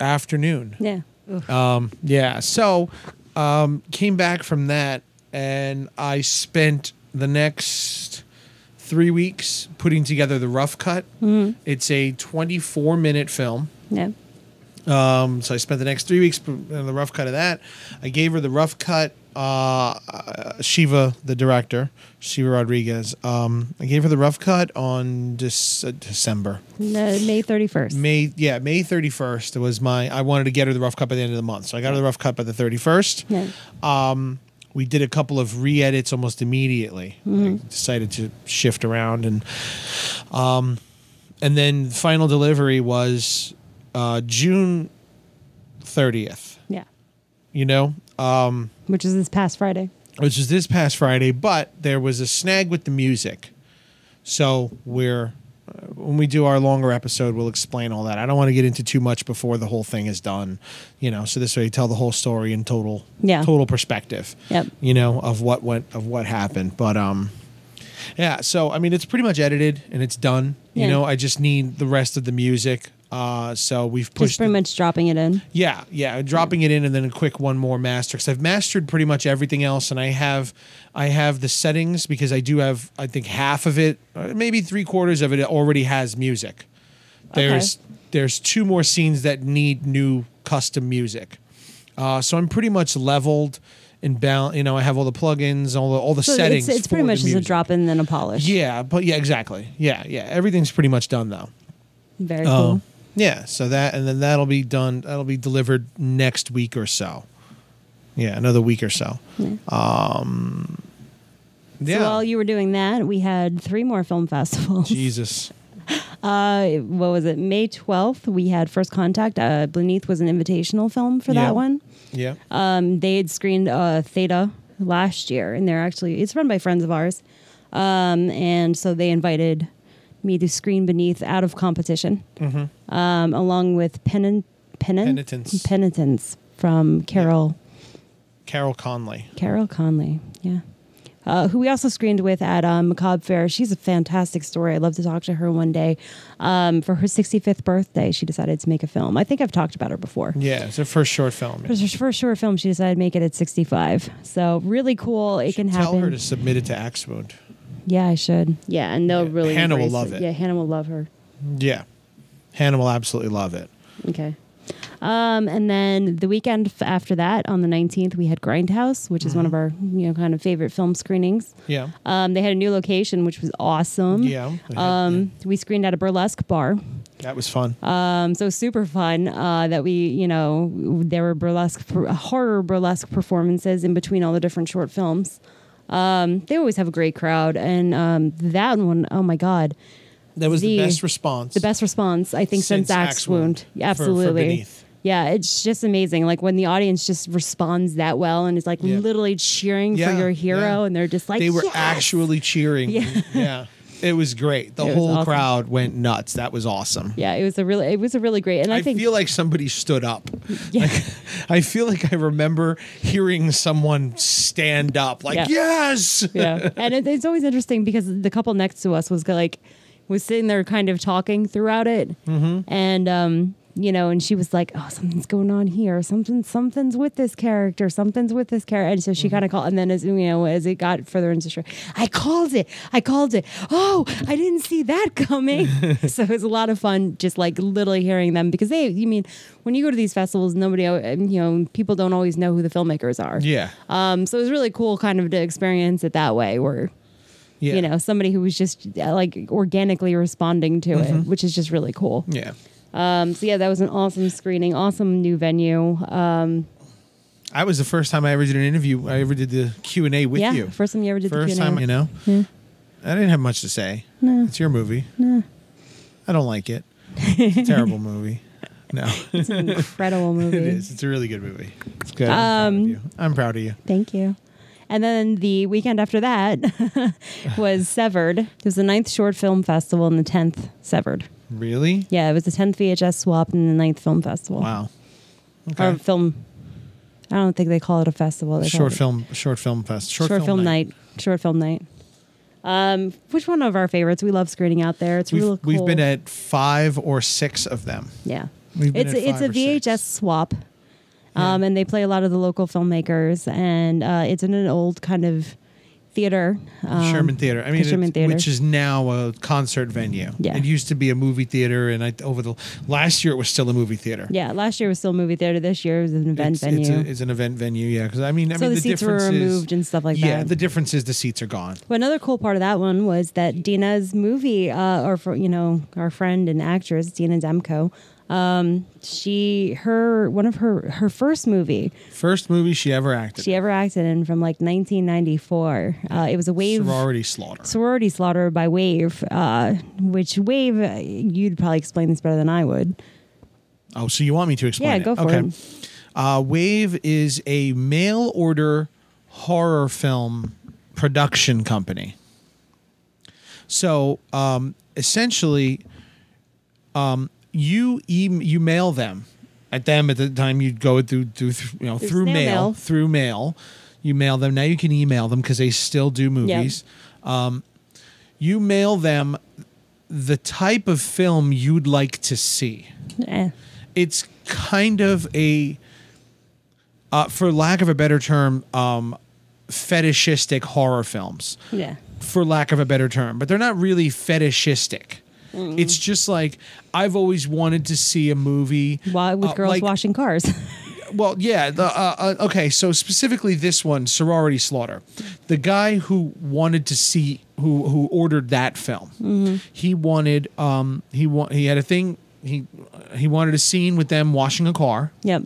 [SPEAKER 1] afternoon
[SPEAKER 2] Yeah.
[SPEAKER 1] um, yeah. So um, came back from that, and I spent the next three weeks putting together the rough cut. It's a 24 minute film.
[SPEAKER 2] Yeah.
[SPEAKER 1] Um, so I spent the next three weeks putting together the rough cut of that. I gave her the rough cut. Uh, uh, Shiva, the director, Shiva Rodriguez. Um, I gave her the rough cut on Dec- December.
[SPEAKER 2] No, May 31st.
[SPEAKER 1] May yeah, May thirty first was my I wanted to get her the rough cut by the end of the month. So I got her the rough cut by the thirty first.
[SPEAKER 2] Yeah.
[SPEAKER 1] Um we did a couple of re edits almost immediately. I decided to shift around and um and then final delivery was uh June thirtieth,
[SPEAKER 2] Yeah.
[SPEAKER 1] you know? Um
[SPEAKER 2] Which is this past Friday.
[SPEAKER 1] which is this past Friday, but there was a snag with the music. So we're uh, when we do our longer episode, we'll explain all that. I don't want to get into too much before the whole thing is done, you know. So this way, you tell the whole story in total,
[SPEAKER 2] Yeah.
[SPEAKER 1] total perspective,
[SPEAKER 2] Yep.
[SPEAKER 1] you know, of what went of what happened. But um, yeah. So I mean, it's pretty much edited and it's done. You
[SPEAKER 2] Yeah.
[SPEAKER 1] know, I just need the rest of the music. Uh, so we've
[SPEAKER 2] Just
[SPEAKER 1] pushed
[SPEAKER 2] pretty
[SPEAKER 1] the-
[SPEAKER 2] much dropping it in.
[SPEAKER 1] yeah, yeah,
[SPEAKER 2] Hmm.
[SPEAKER 1] dropping it in and then a quick one more master because I've mastered pretty much everything else, and I have, I have the settings because I do have, I think half of it, uh, maybe three quarters of it already has music. There's there's two more scenes that need new custom music, uh, so I'm pretty much leveled and bal. You know, I have all the plugins, all the all the
[SPEAKER 2] So
[SPEAKER 1] settings.
[SPEAKER 2] it's, it's pretty
[SPEAKER 1] for
[SPEAKER 2] much
[SPEAKER 1] the
[SPEAKER 2] just a
[SPEAKER 1] music.
[SPEAKER 2] drop in then a polish.
[SPEAKER 1] Yeah, but yeah, exactly. Yeah, yeah, everything's pretty much done though.
[SPEAKER 2] Very
[SPEAKER 1] Oh,
[SPEAKER 2] cool.
[SPEAKER 1] yeah. So that and then that'll be done. That'll be delivered next week or so. Yeah, another week or so. Um, yeah.
[SPEAKER 2] So while you were doing that, we had three more film festivals.
[SPEAKER 1] Jesus.
[SPEAKER 2] Uh, what was it? May 12th, we had First Contact. Uh, Beneath was an invitational film for
[SPEAKER 1] Yeah.
[SPEAKER 2] that one.
[SPEAKER 1] Yeah.
[SPEAKER 2] Um, they had screened uh, Theta last year, and they're actually, it's run by friends of ours. Um, and so they invited me to screen Beneath out of competition, um, along with Penin- Penin-
[SPEAKER 1] Mm-hmm. Penitence.
[SPEAKER 2] Penitence from Carol.
[SPEAKER 1] Carol Conley.
[SPEAKER 2] Carol Conley, yeah. Uh, who we also screened with at um, Macabre Fair. She's a fantastic story. I'd love to talk to her one day. Um, for her 65th birthday, she decided to make a film. I think I've talked about her before.
[SPEAKER 1] Yeah, it's her first short film.
[SPEAKER 2] It was her first short film. She decided to make it at 65. So really cool. It can happen.
[SPEAKER 1] Tell her to submit it to Axwood.
[SPEAKER 2] yeah, I should. Yeah, and they'll really
[SPEAKER 1] Hannah will
[SPEAKER 2] embrace
[SPEAKER 1] love it.
[SPEAKER 2] Yeah, Hannah will love her.
[SPEAKER 1] Yeah, Hannah will absolutely love it.
[SPEAKER 2] Okay. Um, and then the weekend f- after that, on the 19th, we had Grindhouse, which is one of our you know kind of favorite film screenings.
[SPEAKER 1] Yeah.
[SPEAKER 2] Um, they had a new location, which was awesome.
[SPEAKER 1] Yeah, they had-
[SPEAKER 2] Um, We screened at a burlesque bar.
[SPEAKER 1] That was fun.
[SPEAKER 2] Um, so super fun uh, that we, you know, there were burlesque, per- horror burlesque performances in between all the different short films. Um, they always have a great crowd. And um, that one, oh my God,
[SPEAKER 1] that was the,
[SPEAKER 2] the-
[SPEAKER 1] best response.
[SPEAKER 2] the best response, I think, since,
[SPEAKER 1] Since
[SPEAKER 2] Axe,
[SPEAKER 1] Axe Wound
[SPEAKER 2] Wound.
[SPEAKER 1] for- for
[SPEAKER 2] Absolutely.
[SPEAKER 1] Beneath.
[SPEAKER 2] yeah, it's just amazing. Like when the audience just responds that well and is like
[SPEAKER 1] Yeah.
[SPEAKER 2] literally cheering
[SPEAKER 1] Yeah,
[SPEAKER 2] for your hero,
[SPEAKER 1] yeah.
[SPEAKER 2] and they're just like,
[SPEAKER 1] they were
[SPEAKER 2] "Yes!"
[SPEAKER 1] actually cheering. Yeah. It was great. The
[SPEAKER 2] It was
[SPEAKER 1] whole
[SPEAKER 2] awesome.
[SPEAKER 1] crowd went nuts. That was awesome.
[SPEAKER 2] Yeah, it was a really, it was a really great, and I,
[SPEAKER 1] I,
[SPEAKER 2] think
[SPEAKER 1] feel like somebody stood up.
[SPEAKER 2] Yeah.
[SPEAKER 1] Like, I feel like I remember hearing someone stand up, like,
[SPEAKER 2] Yeah.
[SPEAKER 1] yes.
[SPEAKER 2] yeah. And it, it's always interesting because the couple next to us was like, was sitting there kind of talking throughout it.
[SPEAKER 1] Mm-hmm.
[SPEAKER 2] And, um, you know, and she was like, oh, something's going on here. Something, something's with this character. Something's with this character. And so she
[SPEAKER 1] Mm-hmm.
[SPEAKER 2] kind of called. And then as, you know, as it got further into the show, I called it. I called it. Oh, I didn't see that coming. so it was a lot of fun just like literally hearing them because they, you mean, when you go to these festivals, nobody, al- you know, people don't always know who the filmmakers are.
[SPEAKER 1] Yeah.
[SPEAKER 2] Um, so it was really cool kind of to experience it that way where,
[SPEAKER 1] Yeah.
[SPEAKER 2] you know, somebody who was just uh, like organically responding to
[SPEAKER 1] Mm-hmm.
[SPEAKER 2] it, which is just really cool.
[SPEAKER 1] Yeah.
[SPEAKER 2] Um, so yeah, that was an awesome screening, awesome new venue. Um,
[SPEAKER 1] I was the first time I ever did an interview. I ever did the Q and A with
[SPEAKER 2] yeah,
[SPEAKER 1] you.
[SPEAKER 2] first time you ever did
[SPEAKER 1] First
[SPEAKER 2] the Q&A.
[SPEAKER 1] time, you know. I didn't have much to say. No. It's your movie. No. I don't like it. It's a terrible movie. No, it
[SPEAKER 2] It's an incredible movie.
[SPEAKER 1] is. It's a really good movie. It's good. I'm, proud
[SPEAKER 2] Um,
[SPEAKER 1] of you. I'm proud of you.
[SPEAKER 2] Thank you. And then the weekend after that was Severed. It was the ninth short film festival and the tenth Severed.
[SPEAKER 1] Really?
[SPEAKER 2] Yeah, it was the tenth VHS swap and the ninth film festival.
[SPEAKER 1] Wow.
[SPEAKER 2] Or film. I don't think they call it a festival. They call
[SPEAKER 1] Short
[SPEAKER 2] it-
[SPEAKER 1] film. Short film fest.
[SPEAKER 2] uh, short, film, night. Short film night. Um, which one of our favorites? We love screening out there. It's
[SPEAKER 1] We've,
[SPEAKER 2] real cool.
[SPEAKER 1] we've been at five or six of them.
[SPEAKER 2] yeah.
[SPEAKER 1] we've been
[SPEAKER 2] it's
[SPEAKER 1] at
[SPEAKER 2] a, it's
[SPEAKER 1] five
[SPEAKER 2] a
[SPEAKER 1] or
[SPEAKER 2] VHS
[SPEAKER 1] six.
[SPEAKER 2] swap, um, and they play a lot of the local filmmakers, and uh, it's in an old kind of theater. Um,
[SPEAKER 1] Sherman Theater. I mean,
[SPEAKER 2] Sherman
[SPEAKER 1] it's-
[SPEAKER 2] Theater.
[SPEAKER 1] which is now a concert venue.
[SPEAKER 2] Yeah.
[SPEAKER 1] It used to be a movie theater, and I over the last year it was still a movie theater.
[SPEAKER 2] yeah, last year was still a movie theater. This year was an event
[SPEAKER 1] It's,
[SPEAKER 2] venue.
[SPEAKER 1] It's, a- it's an event venue, yeah. Because I mean, I
[SPEAKER 2] So
[SPEAKER 1] mean,
[SPEAKER 2] the
[SPEAKER 1] the,
[SPEAKER 2] seats were
[SPEAKER 1] difference is-
[SPEAKER 2] removed and stuff like
[SPEAKER 1] yeah,
[SPEAKER 2] that.
[SPEAKER 1] the difference is the seats are gone.
[SPEAKER 2] Well, another cool part of that one was that Dina's movie, uh, or for you know our friend and actress Dina Demko, um, she her one of her her first movie
[SPEAKER 1] First movie she ever acted.
[SPEAKER 2] she ever acted in from like 1994. Uh, it was a wave
[SPEAKER 1] Sorority Slaughter.
[SPEAKER 2] sorority slaughter by Wave, uh, which Wave uh, you'd probably explain this better than I would.
[SPEAKER 1] Oh, so you want me to explain?
[SPEAKER 2] Yeah,
[SPEAKER 1] it.
[SPEAKER 2] go for
[SPEAKER 1] okay.
[SPEAKER 2] it.
[SPEAKER 1] Uh, Wave is a mail order horror film production company. So um, essentially, um, you em you mail them at them at the time you go through, through you know through
[SPEAKER 2] snail
[SPEAKER 1] mail,
[SPEAKER 2] mail.
[SPEAKER 1] through mail. You mail them now. You can email them because they still do movies. Um, you mail them the type of film you'd like to see
[SPEAKER 2] Eh.
[SPEAKER 1] it's kind of a uh, for lack of a better term um, fetishistic horror films
[SPEAKER 2] Yeah.
[SPEAKER 1] for lack of a better term but they're not really fetishistic it's just like i've always wanted to see a movie
[SPEAKER 2] Why with
[SPEAKER 1] uh,
[SPEAKER 2] girls
[SPEAKER 1] like-
[SPEAKER 2] washing cars.
[SPEAKER 1] well, yeah. The, uh, uh, okay, so specifically this one, Sorority Slaughter, the guy who wanted to see who who ordered that film,
[SPEAKER 2] Mm-hmm.
[SPEAKER 1] he wanted um he wa- he had a thing he he wanted a scene with them washing a car,
[SPEAKER 2] yep.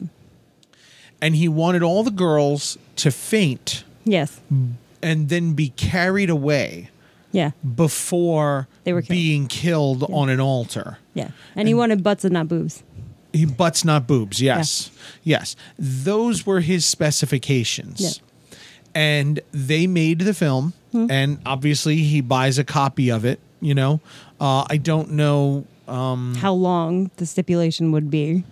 [SPEAKER 1] and he wanted all the girls to faint
[SPEAKER 2] Yes.
[SPEAKER 1] and then be carried away
[SPEAKER 2] Yeah.
[SPEAKER 1] before
[SPEAKER 2] They were killed.
[SPEAKER 1] being killed on an altar.
[SPEAKER 2] Yeah. And he wanted butts and not boobs.
[SPEAKER 1] He butts not boobs. Yes. Yes. Those were his specifications. And they made the film
[SPEAKER 2] Hmm.
[SPEAKER 1] and obviously he buys a copy of it, you know. Uh, I don't know um,
[SPEAKER 2] How long the stipulation would be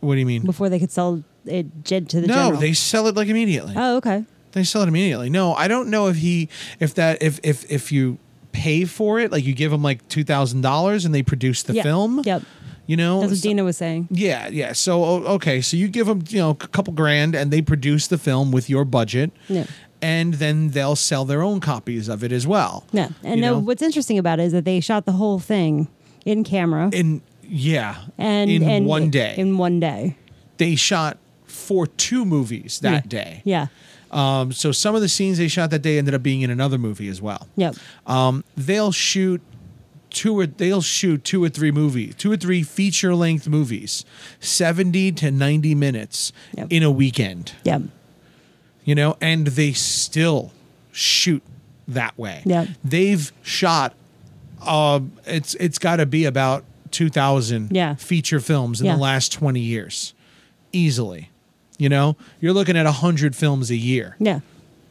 [SPEAKER 1] what do you mean?
[SPEAKER 2] before they could sell it gen- to the
[SPEAKER 1] no,
[SPEAKER 2] general.
[SPEAKER 1] they sell it like immediately.
[SPEAKER 2] Oh, okay.
[SPEAKER 1] They sell it immediately. No, I don't know if he if that if if if you pay for it, like you give them like two thousand dollars and they produce the
[SPEAKER 2] Yeah.
[SPEAKER 1] film.
[SPEAKER 2] Yep.
[SPEAKER 1] You know,
[SPEAKER 2] That's what
[SPEAKER 1] so-
[SPEAKER 2] Dina was saying.
[SPEAKER 1] Yeah, yeah. So o- okay, so you give them you know a couple grand, and they produce the film with your budget,
[SPEAKER 2] Yeah.
[SPEAKER 1] and then they'll sell their own copies of it as well.
[SPEAKER 2] Yeah. And
[SPEAKER 1] You
[SPEAKER 2] now
[SPEAKER 1] know?
[SPEAKER 2] what's interesting about it is that they shot the whole thing in camera
[SPEAKER 1] in yeah,
[SPEAKER 2] and
[SPEAKER 1] in
[SPEAKER 2] and
[SPEAKER 1] one day
[SPEAKER 2] In one day.
[SPEAKER 1] they shot for two movies that day.
[SPEAKER 2] Yeah.
[SPEAKER 1] Um, so some of the scenes they shot that day ended up being in another movie as well.
[SPEAKER 2] Yep.
[SPEAKER 1] Um, they'll shoot two or they'll shoot two or three movie, two or three feature length movies, seventy to ninety minutes
[SPEAKER 2] Yep.
[SPEAKER 1] in a weekend.
[SPEAKER 2] Yep.
[SPEAKER 1] you know, and they still shoot that way.
[SPEAKER 2] Yep.
[SPEAKER 1] They've shot um it's it's got to be about 2000
[SPEAKER 2] Yeah.
[SPEAKER 1] feature films in
[SPEAKER 2] Yeah.
[SPEAKER 1] the last 20 years easily. You know, you're looking at 100 films a year
[SPEAKER 2] Yeah.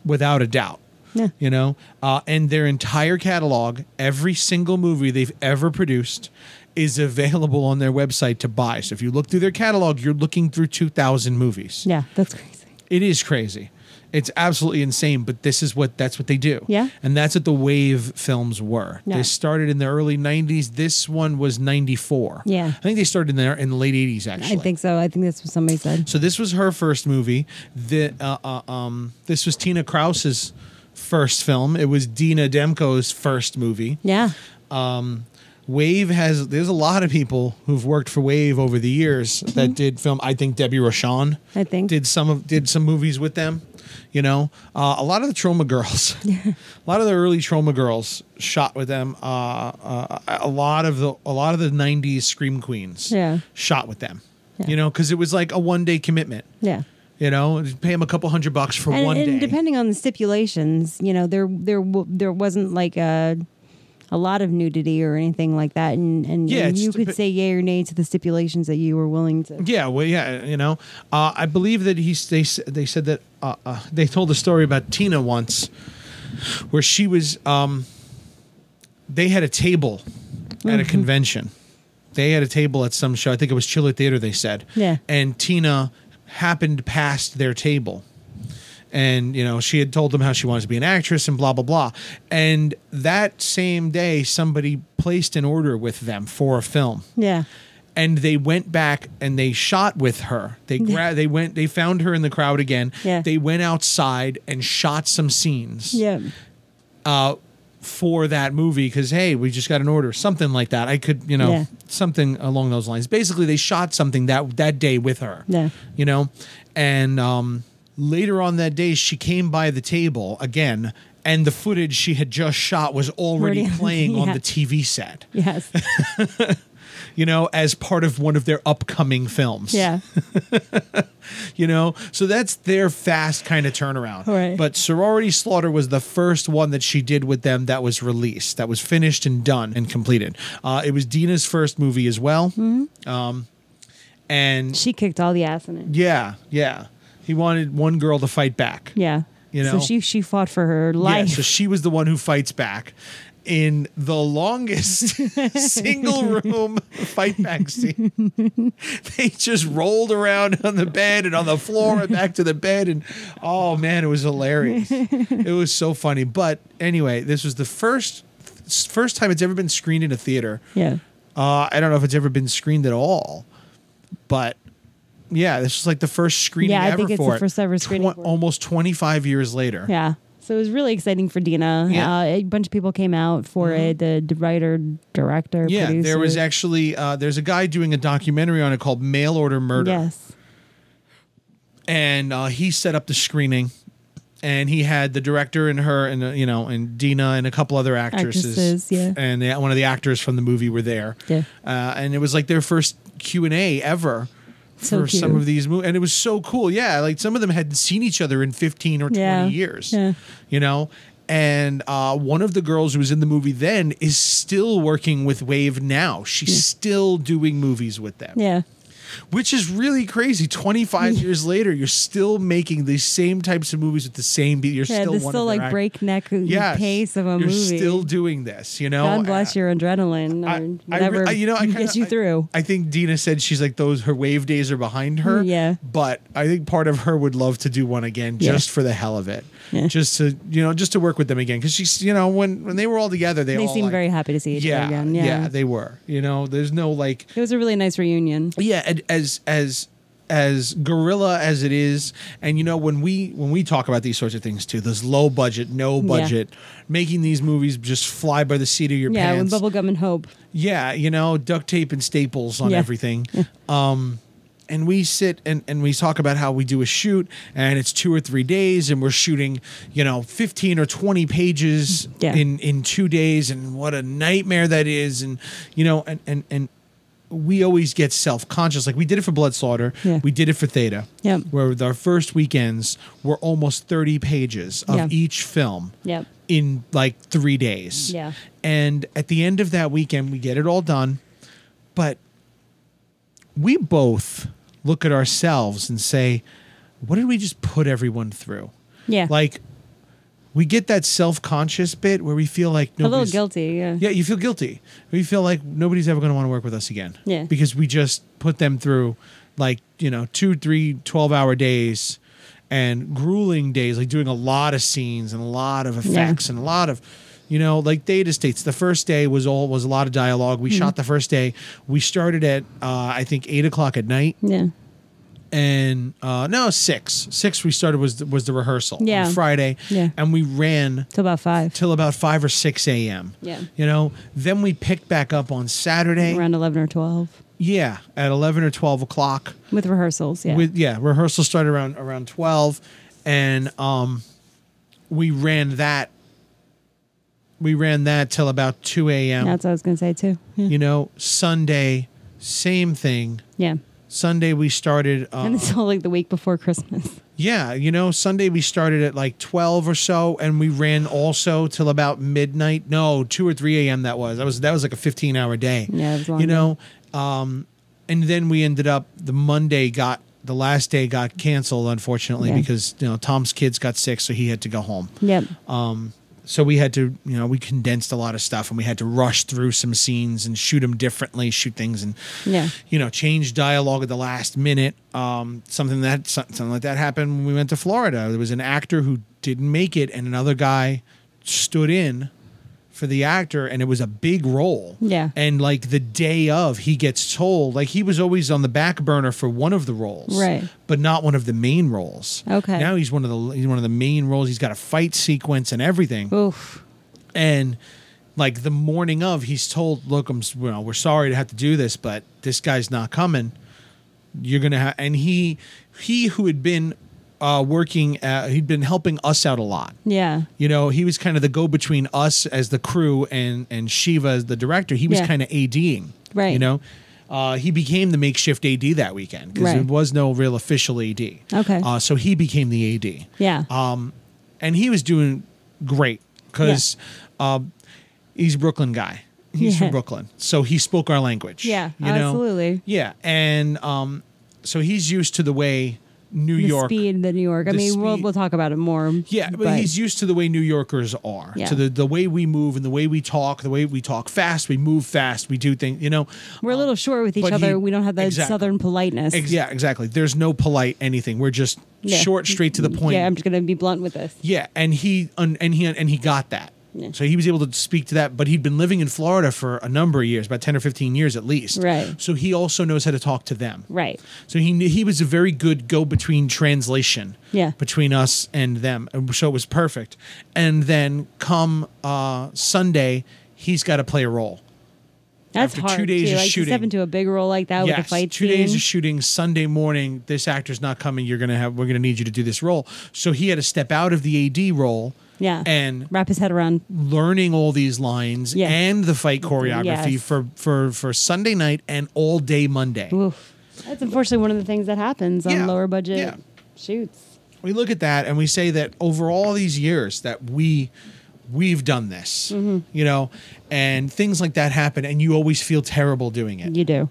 [SPEAKER 1] without a doubt.
[SPEAKER 2] Yeah.
[SPEAKER 1] You know, uh, and their entire catalog, every single movie they've ever produced, is available on their website to buy. So if you look through their catalog, you're looking through 2,000 movies.
[SPEAKER 2] Yeah. That's crazy.
[SPEAKER 1] It is crazy. It's absolutely insane, but this is what that's what they do.
[SPEAKER 2] Yeah.
[SPEAKER 1] And that's what the wave films were.
[SPEAKER 2] Yeah.
[SPEAKER 1] They started in the early 90s. This one was 94.
[SPEAKER 2] Yeah.
[SPEAKER 1] I think they started in there in the late 80s actually.
[SPEAKER 2] I think so. I think that's what somebody said.
[SPEAKER 1] So this was her first movie. The uh, uh, um this was Tina Krauss's first film. It was Dina Demko's first movie.
[SPEAKER 2] Yeah.
[SPEAKER 1] Wave has there's a lot of people who've worked for Wave over the years that did film. I think Debbie Rochon,
[SPEAKER 2] Mm-hmm. I think.
[SPEAKER 1] did some of did some movies with them. You know, uh, a lot of the Trauma girls, a lot of the early Trauma girls shot with them. Uh, uh, a lot of the a lot of the '90s scream queens,
[SPEAKER 2] Yeah.
[SPEAKER 1] shot with them.
[SPEAKER 2] Yeah.
[SPEAKER 1] You know, because it was like a one day commitment.
[SPEAKER 2] Yeah.
[SPEAKER 1] You know, just pay them a couple hundred bucks for
[SPEAKER 2] and,
[SPEAKER 1] one day.
[SPEAKER 2] and depending on the stipulations, you know, there there w- there wasn't like a a lot of nudity or anything like that, and and,
[SPEAKER 1] Yeah,
[SPEAKER 2] and
[SPEAKER 1] it's
[SPEAKER 2] you
[SPEAKER 1] depe-
[SPEAKER 2] could say yay or nay to the stipulations that you were willing to.
[SPEAKER 1] Yeah, well, yeah, you know, uh, I believe that he's they s- they said that uh, uh, they told a story about Tina once, where she was um, they had a table at a convention, they had a table at some show. I think it was Chiller Theater. They said,
[SPEAKER 2] Yeah.
[SPEAKER 1] and Tina happened past their table. And you know she had told them how she wanted to be an actress and blah blah blah. And that same day, somebody placed an order with them for a film
[SPEAKER 2] Yeah,
[SPEAKER 1] and they went back and they shot with her. They gra- they went they found her in the crowd again.
[SPEAKER 2] Yeah.
[SPEAKER 1] They went outside and shot some scenes
[SPEAKER 2] yeah,
[SPEAKER 1] for that movie cuz hey, we just got an order, something like that. I could, you know,
[SPEAKER 2] Yeah.
[SPEAKER 1] something along those lines. Basically, they shot something that that day with her.
[SPEAKER 2] Yeah.
[SPEAKER 1] You know, and um later on that day she came by the table again and the footage she had just shot was already
[SPEAKER 2] Already-
[SPEAKER 1] playing on
[SPEAKER 2] Yeah.
[SPEAKER 1] the TV set,
[SPEAKER 2] yes,
[SPEAKER 1] you know, as part of one of their upcoming films.
[SPEAKER 2] yeah,
[SPEAKER 1] you know so that's their fast kind of turnaround
[SPEAKER 2] Right.
[SPEAKER 1] but sorority slaughter was the first one that she did with them that was released that was finished and done and completed uh, it was dina's first movie as well um, and
[SPEAKER 2] she kicked all the ass in it.
[SPEAKER 1] yeah yeah he wanted one girl to fight back
[SPEAKER 2] Yeah,
[SPEAKER 1] You know,
[SPEAKER 2] so she she fought for her life.
[SPEAKER 1] yeah, so she was the one who fights back in the longest single room fight back scene. they just rolled around on the bed and on the floor and back to the bed and oh man, it was hilarious. it was so funny. But anyway, this was the first first time it's ever been screened in a theater.
[SPEAKER 2] yeah.
[SPEAKER 1] Uh, I don't know if it's ever been screened at all, but yeah, this is like the first screening
[SPEAKER 2] Yeah, I
[SPEAKER 1] ever
[SPEAKER 2] think it's
[SPEAKER 1] for
[SPEAKER 2] the
[SPEAKER 1] it.
[SPEAKER 2] first ever screening for it.
[SPEAKER 1] almost 25 years later.
[SPEAKER 2] Yeah. So it was really exciting for Dina.
[SPEAKER 1] Yeah. Mm-hmm.
[SPEAKER 2] Uh, a bunch of people came out for it. The d- writer, director,
[SPEAKER 1] Yeah,
[SPEAKER 2] producer.
[SPEAKER 1] there was actually uh, there's a guy doing a documentary on it called Mail Order Murder,
[SPEAKER 2] Yes.
[SPEAKER 1] and uh, he set up the screening, and he had the director and her and uh, you know and Dina and a couple other actresses,
[SPEAKER 2] Actresses, yeah.
[SPEAKER 1] and they, one of the actors from the movie were there,
[SPEAKER 2] Yeah.
[SPEAKER 1] uh, and it was like their first Q and A ever.
[SPEAKER 2] So
[SPEAKER 1] for some
[SPEAKER 2] cute.
[SPEAKER 1] of these movies, and it was so cool. Yeah, like some of them hadn't seen each other in fifteen or twenty
[SPEAKER 2] Yeah.
[SPEAKER 1] years.
[SPEAKER 2] Yeah.
[SPEAKER 1] you know. And uh, one of the girls who was in the movie then is still working with Wave now. She's still doing movies with them,
[SPEAKER 2] Yeah.
[SPEAKER 1] which is really crazy. Twenty five years later, you're still making these same types of movies with the same. be- You're
[SPEAKER 2] Yeah.
[SPEAKER 1] still
[SPEAKER 2] the
[SPEAKER 1] one
[SPEAKER 2] still
[SPEAKER 1] of their
[SPEAKER 2] like
[SPEAKER 1] act-
[SPEAKER 2] breakneck
[SPEAKER 1] Yes,
[SPEAKER 2] pace of a
[SPEAKER 1] you're
[SPEAKER 2] movie.
[SPEAKER 1] still doing this, you know.
[SPEAKER 2] God
[SPEAKER 1] Uh,
[SPEAKER 2] bless your adrenaline or
[SPEAKER 1] I- I re-
[SPEAKER 2] whatever
[SPEAKER 1] I- you know, I
[SPEAKER 2] gets
[SPEAKER 1] kinda-
[SPEAKER 2] you
[SPEAKER 1] I-
[SPEAKER 2] through.
[SPEAKER 1] I, think Dina said she's like those her wave days are behind her.
[SPEAKER 2] Yeah.
[SPEAKER 1] But I think part of her would love to do one again
[SPEAKER 2] Yeah.
[SPEAKER 1] just for the hell of it,
[SPEAKER 2] Yeah.
[SPEAKER 1] just to you know just to work with them again because she's you know when when they were all together they
[SPEAKER 2] they
[SPEAKER 1] all
[SPEAKER 2] seemed
[SPEAKER 1] like-
[SPEAKER 2] very happy to see each
[SPEAKER 1] yeah,
[SPEAKER 2] other again.
[SPEAKER 1] yeah
[SPEAKER 2] Yeah.
[SPEAKER 1] they were you know there's no like
[SPEAKER 2] it was a really nice reunion.
[SPEAKER 1] yeah and as as as gorilla as it is and you know when we when we talk about these sorts of things too this low budget no budget making these movies just fly by the seat of your
[SPEAKER 2] Yeah.
[SPEAKER 1] pants
[SPEAKER 2] With bubblegum and hope.
[SPEAKER 1] yeah, you know, duct tape and staples on
[SPEAKER 2] Yeah.
[SPEAKER 1] everything. Um, and we sit and, and we talk about how we do a shoot and it's two or three days and we're shooting, you know, 15 or 20 pages
[SPEAKER 2] Yeah.
[SPEAKER 1] in, in two days and what a nightmare that is. And, you know, and, and, and we always get self-conscious. Like we did it for Blood Slaughter.
[SPEAKER 2] Yeah.
[SPEAKER 1] We did it for Theta.
[SPEAKER 2] Yep.
[SPEAKER 1] Where with our first weekends were almost 30 pages of
[SPEAKER 2] Yeah.
[SPEAKER 1] each film
[SPEAKER 2] Yep.
[SPEAKER 1] in like three days.
[SPEAKER 2] Yeah.
[SPEAKER 1] And at the end of that weekend, we get it all done. But we both look at ourselves and say, what did we just put everyone through?
[SPEAKER 2] Yeah.
[SPEAKER 1] Like, we get that self conscious bit where we feel like
[SPEAKER 2] a little
[SPEAKER 1] nobody's.
[SPEAKER 2] guilty. Yeah.
[SPEAKER 1] Yeah, you feel guilty. You feel like nobody's ever going to want to work with us again.
[SPEAKER 2] Yeah.
[SPEAKER 1] Because we just put them through like, you know, two, three, 12 hour days and grueling days, like doing a lot of scenes and a lot of effects and a lot of, you know, like data states. The first day was all, was a lot of dialogue.
[SPEAKER 2] Mm-hmm.
[SPEAKER 1] We shot the first day. We started at, uh, I think, eight o'clock at night
[SPEAKER 2] Yeah.
[SPEAKER 1] and uh no six six we started was the, was the rehearsal on
[SPEAKER 2] Yeah.
[SPEAKER 1] friday
[SPEAKER 2] Yeah.
[SPEAKER 1] and we ran
[SPEAKER 2] Till about five.
[SPEAKER 1] till about 5 or 6 a.m.
[SPEAKER 2] Yeah.
[SPEAKER 1] You know, then we picked back up on Saturday.
[SPEAKER 2] Around eleven or twelve.
[SPEAKER 1] Yeah, at 11 or 12 o'clock.
[SPEAKER 2] With rehearsals. Yeah.
[SPEAKER 1] With, yeah, rehearsal started around around 12 and um we ran that we ran that till about 2 a.m.
[SPEAKER 2] That's what I was gonna say too. Yeah.
[SPEAKER 1] You know, Sunday same thing.
[SPEAKER 2] yeah.
[SPEAKER 1] Sunday we started uh,
[SPEAKER 2] And it's all like the week before Christmas.
[SPEAKER 1] Yeah, you know, Sunday we started at like 12 or so and we ran also till about midnight. No, 2 or 3 a.m. that was. That was that was like a 15-hour day.
[SPEAKER 2] Yeah, it was a long
[SPEAKER 1] You know, um and then we ended up the Monday got the last day got canceled unfortunately
[SPEAKER 2] Yeah.
[SPEAKER 1] because, you know, Tom's kids got sick so he had to go home.
[SPEAKER 2] Yep.
[SPEAKER 1] Uh-huh. So we had to, you know, we condensed a lot of stuff and we had to rush through some scenes and shoot them differently, shoot things and
[SPEAKER 2] Yeah.
[SPEAKER 1] you know, change dialogue at the last minute. Um, something that something like that happened when we went to Florida. There was an actor who didn't make it, and another guy stood in for the actor, and it was a big role.
[SPEAKER 2] Yeah.
[SPEAKER 1] And like the day of, he gets told like he was always on the back burner for one of the roles,
[SPEAKER 2] Right.
[SPEAKER 1] But not one of the main roles.
[SPEAKER 2] Okay.
[SPEAKER 1] Now he's one of the he's one of the main roles. He's got a fight sequence and everything
[SPEAKER 2] Oof.
[SPEAKER 1] and like the morning of he's told look i'm s- you know, we're sorry to have to do this but this guy's not coming you're gonna have and he he who had been uh, working uh, he'd been helping us out a lot
[SPEAKER 2] Yeah.
[SPEAKER 1] you know he was kind of the go-between us as the crew and and shiva as the director he was
[SPEAKER 2] Yeah.
[SPEAKER 1] kind of ading
[SPEAKER 2] Right.
[SPEAKER 1] you know uh, he became the makeshift ad that weekend because
[SPEAKER 2] Right.
[SPEAKER 1] there was no real official ad
[SPEAKER 2] Okay.
[SPEAKER 1] uh, so he became the ad
[SPEAKER 2] Yeah.
[SPEAKER 1] um, and he was doing great because um, he's a Brooklyn guy. He's from
[SPEAKER 2] Yeah.
[SPEAKER 1] Brooklyn, so he spoke our language.
[SPEAKER 2] Yeah,
[SPEAKER 1] you know?
[SPEAKER 2] absolutely.
[SPEAKER 1] Yeah, and um, so he's used to the way New
[SPEAKER 2] the
[SPEAKER 1] York.
[SPEAKER 2] speed, the New York. I
[SPEAKER 1] the
[SPEAKER 2] mean, we'll
[SPEAKER 1] speed-
[SPEAKER 2] we'll talk about it more.
[SPEAKER 1] Yeah, but, he's used to the way New Yorkers are,
[SPEAKER 2] Yeah.
[SPEAKER 1] to the, the way we move and the way we talk, the way we talk fast, we move fast, we do things, you know.
[SPEAKER 2] we're a little short with each
[SPEAKER 1] but he-
[SPEAKER 2] other. we don't have that
[SPEAKER 1] exactly.
[SPEAKER 2] southern politeness.
[SPEAKER 1] Ex- yeah, exactly. There's no polite anything. We're just
[SPEAKER 2] Yeah.
[SPEAKER 1] short, straight to the point.
[SPEAKER 2] Yeah, I'm just gonna be blunt with this.
[SPEAKER 1] Yeah, and he un, and he and he got that.
[SPEAKER 2] Yeah.
[SPEAKER 1] So he was able to speak to that, but he'd been living in Florida for a number of years, about ten or fifteen years at least.
[SPEAKER 2] Right.
[SPEAKER 1] So he also knows how to talk to them.
[SPEAKER 2] Right.
[SPEAKER 1] So he knew, he was a very good go between translation.
[SPEAKER 2] Yeah.
[SPEAKER 1] Between us and them, And so it was perfect. And then come uh, Sunday, he's got to play a role.
[SPEAKER 2] That's
[SPEAKER 1] After two
[SPEAKER 2] hard.
[SPEAKER 1] days
[SPEAKER 2] too.
[SPEAKER 1] of
[SPEAKER 2] like to step
[SPEAKER 1] shooting.
[SPEAKER 2] into a big role like that Oh, with a
[SPEAKER 1] yes,
[SPEAKER 2] fight
[SPEAKER 1] two days
[SPEAKER 2] scene.
[SPEAKER 1] of shooting. Sunday morning, this actor's not coming. You're gonna have. We're gonna need you to do this role. So he had to step out of the AD role.
[SPEAKER 2] yeah.
[SPEAKER 1] And
[SPEAKER 2] wrap his head around.
[SPEAKER 1] learning all these lines
[SPEAKER 2] Yeah.
[SPEAKER 1] and the fight choreography
[SPEAKER 2] Yes.
[SPEAKER 1] for, for, for Sunday night and all day Monday.
[SPEAKER 2] Oof. That's unfortunately one of the things that happens on
[SPEAKER 1] Yeah.
[SPEAKER 2] lower budget
[SPEAKER 1] Yeah.
[SPEAKER 2] shoots.
[SPEAKER 1] We look at that and we say that over all these years that we we've done this, you know, and things like that happen, and you always feel terrible doing it,
[SPEAKER 2] You do.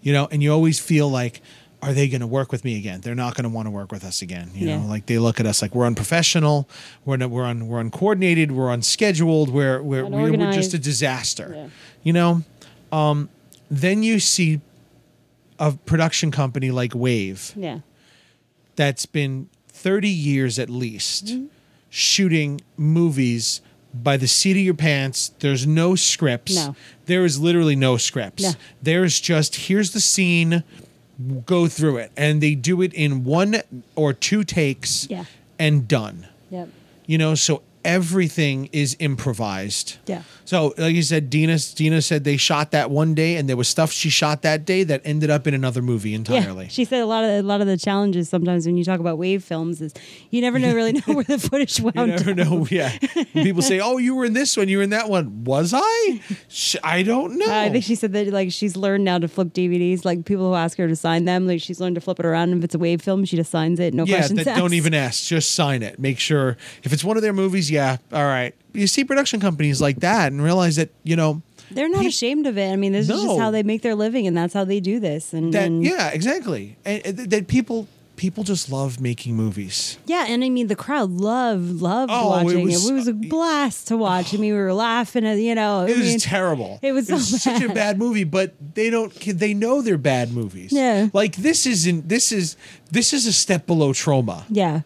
[SPEAKER 1] you know, and you always feel like. Are they going to work with me again? They're not going to want to work with us again. You know,
[SPEAKER 2] Yeah.
[SPEAKER 1] like they look at us like we're unprofessional, we're not, we're un, we're uncoordinated, we're unscheduled, we're we're, we're we're just
[SPEAKER 2] Unorganized.
[SPEAKER 1] a disaster.
[SPEAKER 2] Yeah.
[SPEAKER 1] You know, Um, then you see a production company like Wave
[SPEAKER 2] Yeah.
[SPEAKER 1] that's been 30 years at least
[SPEAKER 2] Mm-hmm.
[SPEAKER 1] shooting movies by the seat of your pants. There's no scripts.
[SPEAKER 2] No.
[SPEAKER 1] There is literally no scripts.
[SPEAKER 2] Yeah.
[SPEAKER 1] There's just here's the scene, go through it. And they do it in one or two takes
[SPEAKER 2] Yeah.
[SPEAKER 1] and done.
[SPEAKER 2] Yep.
[SPEAKER 1] You know, so everything is improvised.
[SPEAKER 2] Yeah.
[SPEAKER 1] So, like you said, Dina Dina said they shot that one day, and there was stuff she shot that day that ended up in another movie entirely.
[SPEAKER 2] Yeah. She said a lot of a lot of the challenges sometimes when you talk about wave films is you never know really know where the footage wound
[SPEAKER 1] you never
[SPEAKER 2] up.
[SPEAKER 1] know. Yeah, When people say, "Oh, you were in this one. You were in that one." Was I? Sh- I don't know.
[SPEAKER 2] I think she said that like she's learned now to flip DVDs. Like people who ask her to sign them, like she's learned to flip it around. If it's a wave film, she just signs it. No
[SPEAKER 1] yeah,
[SPEAKER 2] questions
[SPEAKER 1] that
[SPEAKER 2] asked.
[SPEAKER 1] don't even ask. Just sign it. Make sure if it's one of their movies. Yeah, all right. You see production companies like that and realize that you know
[SPEAKER 2] They're not
[SPEAKER 1] He-
[SPEAKER 2] ashamed of it. I mean, this is
[SPEAKER 1] No.
[SPEAKER 2] just how they make their living, and that's how they do this. And,
[SPEAKER 1] that.
[SPEAKER 2] and-
[SPEAKER 1] Yeah, exactly. And, and that people people just love making movies.
[SPEAKER 2] Yeah, and I mean the crowd loved loved
[SPEAKER 1] Oh, it
[SPEAKER 2] watching it.
[SPEAKER 1] was-
[SPEAKER 2] It was a blast to watch. I mean, we were laughing at you know. I
[SPEAKER 1] It was
[SPEAKER 2] mean,
[SPEAKER 1] terrible.
[SPEAKER 2] it was so
[SPEAKER 1] such a bad movie, but they don't. They know they're bad movies.
[SPEAKER 2] Yeah.
[SPEAKER 1] Like this isn't. This is. This is a step below trauma.
[SPEAKER 2] Yeah.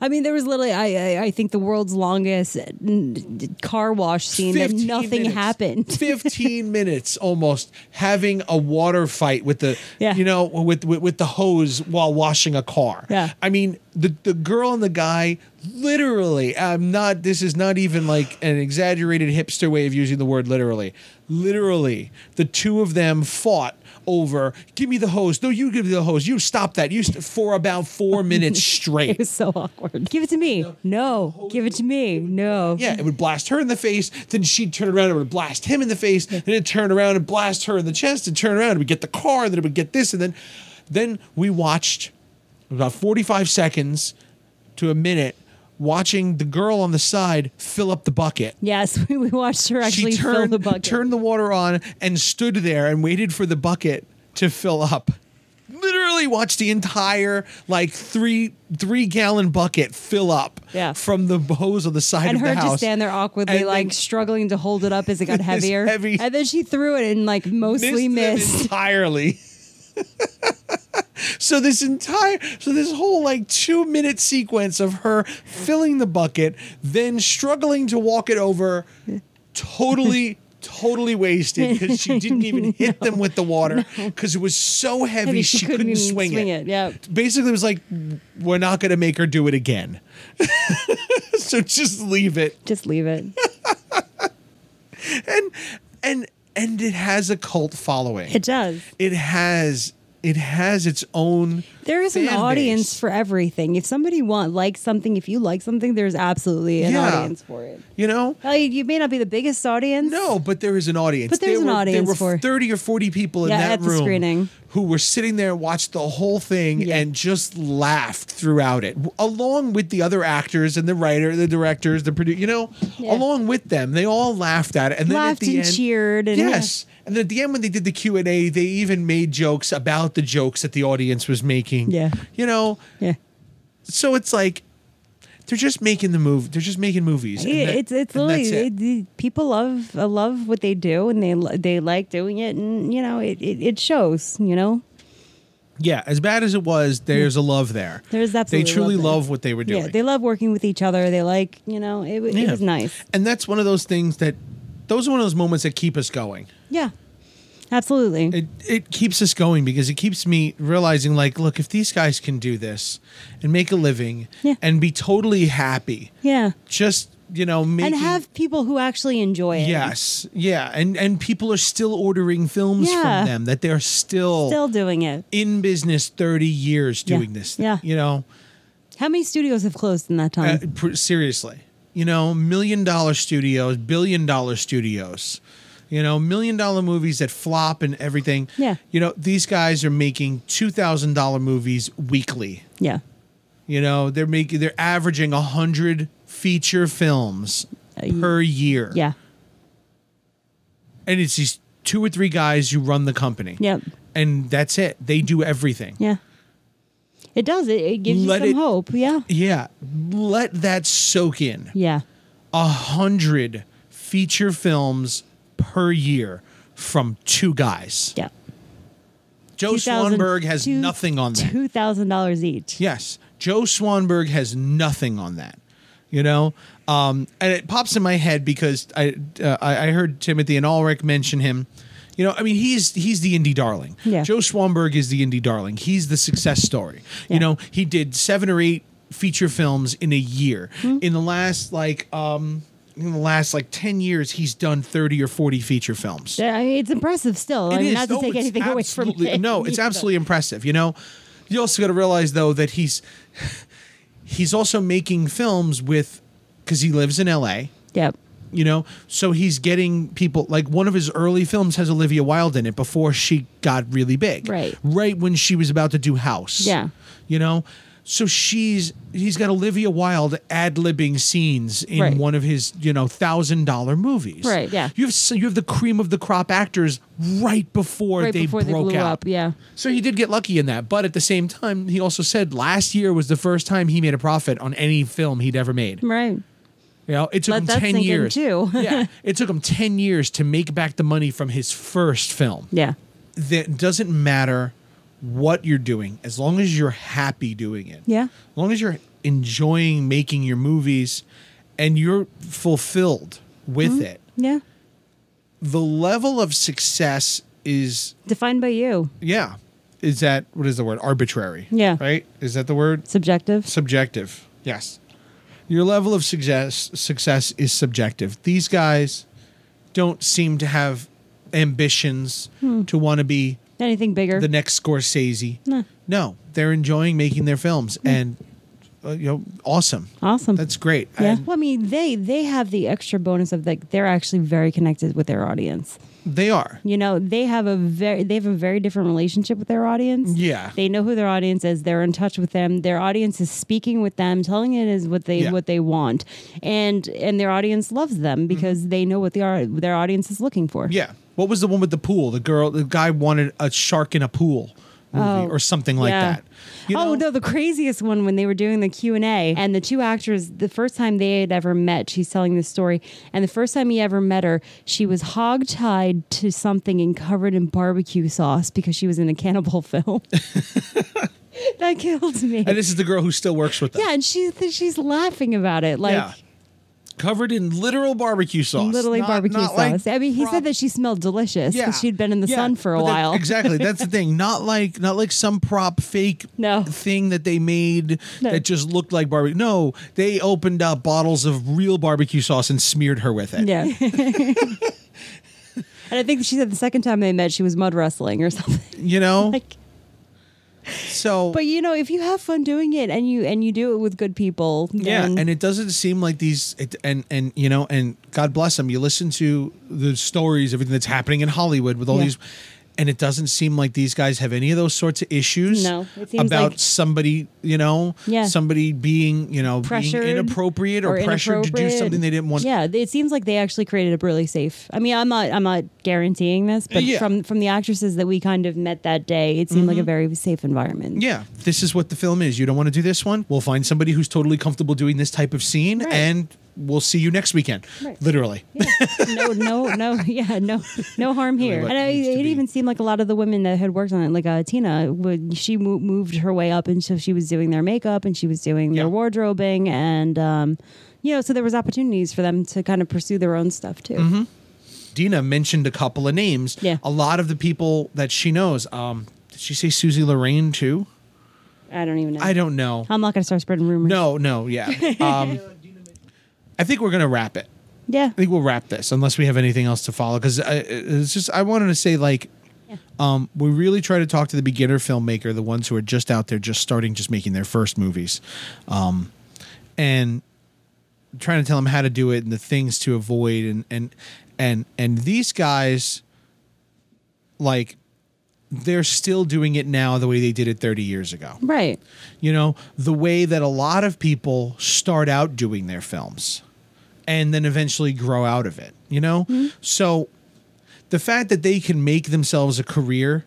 [SPEAKER 2] I mean, there was literally, I, I, I think, the world's longest n- car wash scene that
[SPEAKER 1] 15
[SPEAKER 2] nothing
[SPEAKER 1] minutes.
[SPEAKER 2] happened.
[SPEAKER 1] 15 minutes almost having a water fight with the
[SPEAKER 2] Yeah.
[SPEAKER 1] you know with, with with the hose while washing a car.
[SPEAKER 2] Yeah.
[SPEAKER 1] I mean the the girl and the guy literally I'm not this is not even like an exaggerated hipster way of using the word literally. Literally the two of them fought over give me the hose. No you give me the hose. You stop that. You st- for about 4 minutes
[SPEAKER 2] It
[SPEAKER 1] straight.
[SPEAKER 2] was so awkward. Give it to me. No. Give it to me. No.
[SPEAKER 1] Yeah, it would blast her in the face. Then she'd turn around and it would blast him in the face. Then it'd turn around and blast her in the chest and turn around and we'd get the car. Then it would get this. And then, then we watched about 45 seconds to a minute watching the girl on the side fill up the bucket.
[SPEAKER 2] Yes, we, we watched her actually
[SPEAKER 1] she turned,
[SPEAKER 2] fill the bucket.
[SPEAKER 1] turned the water on and stood there and waited for the bucket to fill up. Literally watched the entire like three three gallon bucket fill up
[SPEAKER 2] Yeah.
[SPEAKER 1] from the hose on the side
[SPEAKER 2] and
[SPEAKER 1] of the
[SPEAKER 2] her
[SPEAKER 1] house.
[SPEAKER 2] just stand there awkwardly,
[SPEAKER 1] And
[SPEAKER 2] like
[SPEAKER 1] then-
[SPEAKER 2] struggling to hold it up as it got
[SPEAKER 1] It's
[SPEAKER 2] heavier.
[SPEAKER 1] heavy.
[SPEAKER 2] And then she threw it and like mostly
[SPEAKER 1] them
[SPEAKER 2] missed.
[SPEAKER 1] entirely. so this entire so this whole like 2 minute sequence of her filling the bucket then struggling to walk it over totally totally wasted cuz she didn't even hit them with the water cuz it was so heavy
[SPEAKER 2] And
[SPEAKER 1] she, couldn't,
[SPEAKER 2] even
[SPEAKER 1] swing, it.
[SPEAKER 2] Yeah.
[SPEAKER 1] Basically it was like we're not going to make her do it again. so just leave it.
[SPEAKER 2] Just leave it.
[SPEAKER 1] And and it has a cult following.
[SPEAKER 2] It does.
[SPEAKER 1] it has it has its own
[SPEAKER 2] There is an
[SPEAKER 1] fan
[SPEAKER 2] audience
[SPEAKER 1] base.
[SPEAKER 2] for everything. If somebody want likes something, if you like something, there's absolutely an
[SPEAKER 1] Yeah.
[SPEAKER 2] audience for it.
[SPEAKER 1] you know
[SPEAKER 2] Well, you, you may not be the biggest audience.
[SPEAKER 1] no but there is an audience
[SPEAKER 2] But there's
[SPEAKER 1] there
[SPEAKER 2] an
[SPEAKER 1] were,
[SPEAKER 2] audience
[SPEAKER 1] there were
[SPEAKER 2] for-
[SPEAKER 1] 30 or 40 people in
[SPEAKER 2] Yeah,
[SPEAKER 1] that
[SPEAKER 2] at the
[SPEAKER 1] room
[SPEAKER 2] screening.
[SPEAKER 1] who were sitting there watched the whole thing
[SPEAKER 2] Yeah.
[SPEAKER 1] and just laughed throughout it w- along with the other actors and the writer the directors the producer you know
[SPEAKER 2] Yeah.
[SPEAKER 1] along with them they all laughed at it and then
[SPEAKER 2] laughed
[SPEAKER 1] at the
[SPEAKER 2] and
[SPEAKER 1] end
[SPEAKER 2] cheered. And
[SPEAKER 1] yes and then at the end when they did the q&a they even made jokes about out the jokes that the audience was making.
[SPEAKER 2] Yeah.
[SPEAKER 1] You know,
[SPEAKER 2] Yeah.
[SPEAKER 1] so it's like they're just making the movie. They're just making movies. and
[SPEAKER 2] Yeah,
[SPEAKER 1] that-
[SPEAKER 2] it's it's
[SPEAKER 1] and that's
[SPEAKER 2] literally
[SPEAKER 1] it.
[SPEAKER 2] it- it- people love uh, love what they do and they lo- they like doing it and you know it, it, it shows you know
[SPEAKER 1] yeah. As bad as it was, there's a love there.
[SPEAKER 2] There's
[SPEAKER 1] They
[SPEAKER 2] absolutely
[SPEAKER 1] truly
[SPEAKER 2] love there.
[SPEAKER 1] love what they were doing.
[SPEAKER 2] yeah they love working with each other they like you know it, w it
[SPEAKER 1] Yeah.
[SPEAKER 2] was nice
[SPEAKER 1] And that's one of those things that those are one of those moments that keep us going.
[SPEAKER 2] yeah absolutely
[SPEAKER 1] It it keeps us going because it keeps me realizing like, look, if these guys can do this and make a living
[SPEAKER 2] Yeah.
[SPEAKER 1] and be totally happy,
[SPEAKER 2] yeah
[SPEAKER 1] just you know, making
[SPEAKER 2] and have people who actually enjoy it
[SPEAKER 1] yes, yeah, and and people are still ordering films
[SPEAKER 2] Yeah.
[SPEAKER 1] from them that they're still,
[SPEAKER 2] still doing it
[SPEAKER 1] in business thirty years
[SPEAKER 2] Yeah.
[SPEAKER 1] doing this. thing,
[SPEAKER 2] Yeah.
[SPEAKER 1] you know,
[SPEAKER 2] how many studios have closed in that
[SPEAKER 1] uh,
[SPEAKER 2] time
[SPEAKER 1] pr- seriously, you know, million dollar studios, billion dollar studios, you know, million dollar movies that flop and everything.
[SPEAKER 2] Yeah.
[SPEAKER 1] You know, these guys are making two thousand dollar movies weekly.
[SPEAKER 2] yeah
[SPEAKER 1] You know, they're making they're averaging hundred feature films
[SPEAKER 2] Uh, y-
[SPEAKER 1] per year.
[SPEAKER 2] yeah
[SPEAKER 1] And it's these two or three guys who run the company.
[SPEAKER 2] yep
[SPEAKER 1] And that's it. They do everything.
[SPEAKER 2] yeah it does it, it gives
[SPEAKER 1] Let
[SPEAKER 2] you
[SPEAKER 1] it-
[SPEAKER 2] some hope yeah
[SPEAKER 1] Yeah. Let that soak in.
[SPEAKER 2] yeah
[SPEAKER 1] a hundred feature films per year from two guys.
[SPEAKER 2] yeah
[SPEAKER 1] Joe
[SPEAKER 2] 2000
[SPEAKER 1] Swanberg has
[SPEAKER 2] two-
[SPEAKER 1] nothing on that.
[SPEAKER 2] two thousand dollars each
[SPEAKER 1] Yes, Joe Swanberg has nothing on that. You know, um, and it pops in my head because I uh, I I heard Timothy and Ulrich mention him. You know, I mean, he's he's the indie darling.
[SPEAKER 2] Yeah.
[SPEAKER 1] Joe Swanberg is the indie darling. He's the success story.
[SPEAKER 2] Yeah.
[SPEAKER 1] You know, he did seven or eight feature films in a year.
[SPEAKER 2] Hmm?
[SPEAKER 1] In the last like um in the last like ten years, he's done thirty or forty feature films.
[SPEAKER 2] Yeah, I mean, it's impressive still. I
[SPEAKER 1] It
[SPEAKER 2] mean,
[SPEAKER 1] is.
[SPEAKER 2] not to
[SPEAKER 1] No,
[SPEAKER 2] take
[SPEAKER 1] it's
[SPEAKER 2] anything away from
[SPEAKER 1] absolutely-
[SPEAKER 2] it.
[SPEAKER 1] No, it's
[SPEAKER 2] either.
[SPEAKER 1] absolutely impressive. You know, you also got to realize though that he's he's also making films with because he lives in L.A.
[SPEAKER 2] Yep.
[SPEAKER 1] You know, so he's getting people like one of his early films has Olivia Wilde in it before she got really big.
[SPEAKER 2] Right.
[SPEAKER 1] Right when she was about to do House.
[SPEAKER 2] Yeah.
[SPEAKER 1] You know, so she's he's got Olivia Wilde ad libbing scenes in
[SPEAKER 2] Right.
[SPEAKER 1] one of his you know thousand dollar movies.
[SPEAKER 2] Right, yeah.
[SPEAKER 1] You have s- you have the cream of the crop actors right before
[SPEAKER 2] Right
[SPEAKER 1] they
[SPEAKER 2] before
[SPEAKER 1] broke
[SPEAKER 2] they blew
[SPEAKER 1] out.
[SPEAKER 2] up. Yeah.
[SPEAKER 1] So he did get lucky in that, but at the same time, he also said last year was the first time he made a profit on any film he'd ever made.
[SPEAKER 2] Right.
[SPEAKER 1] You know, it took
[SPEAKER 2] Let
[SPEAKER 1] him
[SPEAKER 2] that
[SPEAKER 1] ten
[SPEAKER 2] sink in,
[SPEAKER 1] years.
[SPEAKER 2] too.
[SPEAKER 1] yeah, it took him ten years to make back the money from his first film.
[SPEAKER 2] Yeah.
[SPEAKER 1] That doesn't matter what you're doing, as long as you're happy doing it.
[SPEAKER 2] Yeah.
[SPEAKER 1] As long as you're enjoying making your movies, and you're fulfilled with
[SPEAKER 2] Mm-hmm.
[SPEAKER 1] it,
[SPEAKER 2] Yeah.
[SPEAKER 1] the level of success is
[SPEAKER 2] Defined by you.
[SPEAKER 1] yeah. Is that what is the word? Arbitrary.
[SPEAKER 2] Yeah.
[SPEAKER 1] Right? Is that the word?
[SPEAKER 2] Subjective.
[SPEAKER 1] subjective. Yes. Your level of success success is subjective. These guys don't seem to have ambitions
[SPEAKER 2] Hmm.
[SPEAKER 1] to want to be
[SPEAKER 2] Anything bigger.
[SPEAKER 1] the next Scorsese.
[SPEAKER 2] No.
[SPEAKER 1] No, they're enjoying making their films and uh, you know awesome.
[SPEAKER 2] Hmm. awesome.
[SPEAKER 1] That's great.
[SPEAKER 2] yeah.
[SPEAKER 1] And
[SPEAKER 2] Well, I mean, they they have the extra bonus of like they're actually very connected with their audience.
[SPEAKER 1] they are.
[SPEAKER 2] You know, they have a very they have a very different relationship with their audience.
[SPEAKER 1] Yeah.
[SPEAKER 2] They know who their audience is. They're in touch with them. Their audience is speaking with them, telling it is what they
[SPEAKER 1] Yeah.
[SPEAKER 2] what they want. And and their audience loves them because
[SPEAKER 1] Mm-hmm.
[SPEAKER 2] they know what the ar- their audience is looking for.
[SPEAKER 1] Yeah. What was the one with the pool? The girl the guy wanted a shark in a pool movie
[SPEAKER 2] Oh,
[SPEAKER 1] or something like
[SPEAKER 2] yeah.
[SPEAKER 1] that. You
[SPEAKER 2] oh
[SPEAKER 1] know?
[SPEAKER 2] no, the craziest one when they were doing the Q and A, and the two actors, the first time they had ever met, she's telling this story, and the first time he ever met her, she was hog-tied to something and covered in barbecue sauce because she was in a cannibal film. that killed me.
[SPEAKER 1] And this is the girl who still works with them.
[SPEAKER 2] yeah, and she she's laughing about it, like.
[SPEAKER 1] yeah. Covered in literal barbecue sauce.
[SPEAKER 2] Literally
[SPEAKER 1] Not-
[SPEAKER 2] barbecue
[SPEAKER 1] not
[SPEAKER 2] sauce.
[SPEAKER 1] like
[SPEAKER 2] I mean, he
[SPEAKER 1] prop-
[SPEAKER 2] said that she smelled delicious because she'd been in the
[SPEAKER 1] Yeah.
[SPEAKER 2] sun for a
[SPEAKER 1] But that-
[SPEAKER 2] while.
[SPEAKER 1] exactly. That's the thing. Not like not like some prop fake
[SPEAKER 2] No.
[SPEAKER 1] thing that they made
[SPEAKER 2] No.
[SPEAKER 1] that just looked like barbecue. No, they opened up bottles of real barbecue sauce and smeared her with it.
[SPEAKER 2] Yeah. and I think she said the second time they met, she was mud wrestling or something.
[SPEAKER 1] You know?
[SPEAKER 2] Like,
[SPEAKER 1] so
[SPEAKER 2] but you know, if you have fun doing it and you and you do it with good people,
[SPEAKER 1] yeah,
[SPEAKER 2] then-
[SPEAKER 1] and it doesn't seem like these it, and and you know, and God bless them. You listen to the stories, everything that's happening in Hollywood with all
[SPEAKER 2] Yeah.
[SPEAKER 1] these and it doesn't seem like these guys have any of those sorts of issues
[SPEAKER 2] No, it seems
[SPEAKER 1] about
[SPEAKER 2] like-
[SPEAKER 1] somebody you know
[SPEAKER 2] Yeah.
[SPEAKER 1] somebody being you know
[SPEAKER 2] Pressured
[SPEAKER 1] being inappropriate or, pressured to do
[SPEAKER 2] inappropriate.
[SPEAKER 1] something they didn't want
[SPEAKER 2] Yeah, it seems like they actually created a really safe. I mean, I'm not I'm not guaranteeing this, but
[SPEAKER 1] Yeah. Mm-hmm.
[SPEAKER 2] from from the actresses that we kind of met that day, it seemed like a very safe environment.
[SPEAKER 1] yeah, this is what the film is. You don't want to do this one? We'll find somebody who's totally comfortable doing this type of scene
[SPEAKER 2] Right.
[SPEAKER 1] and we'll see you next weekend.
[SPEAKER 2] Right.
[SPEAKER 1] Literally.
[SPEAKER 2] no, no, no, yeah, no, no harm here.
[SPEAKER 1] what
[SPEAKER 2] And I,
[SPEAKER 1] needs to
[SPEAKER 2] it
[SPEAKER 1] be.
[SPEAKER 2] even seemed like a lot of the women that had worked on it, like uh, Tina, would she mo- moved her way up, and so she was doing their makeup and she was doing
[SPEAKER 1] Yeah.
[SPEAKER 2] their wardrobing, and um, you know, so there was opportunities for them to kind of pursue their own stuff too.
[SPEAKER 1] Mm-hmm. Dina mentioned a couple of names.
[SPEAKER 2] Yeah.
[SPEAKER 1] A lot of the people that she knows. Um, did she say Susie Lorraine too?
[SPEAKER 2] I don't even know.
[SPEAKER 1] I don't know.
[SPEAKER 2] I'm not going to start spreading rumors.
[SPEAKER 1] No, no, yeah. Um, I think we're gonna wrap it.
[SPEAKER 2] Yeah.
[SPEAKER 1] I think we'll wrap this unless we have anything else to follow. Because it's just I wanted to say like, um, we really try to talk to the beginner filmmaker, the ones who are just out there, just starting, just making their first movies, um, and trying to tell them how to do it and the things to avoid and and and and these guys, like, they're still doing it now the way they did it 30 years ago
[SPEAKER 2] Right.
[SPEAKER 1] you know, the way that a lot of people start out doing their films and then eventually grow out of it, you know?
[SPEAKER 2] Mm-hmm.
[SPEAKER 1] So the fact that they can make themselves a career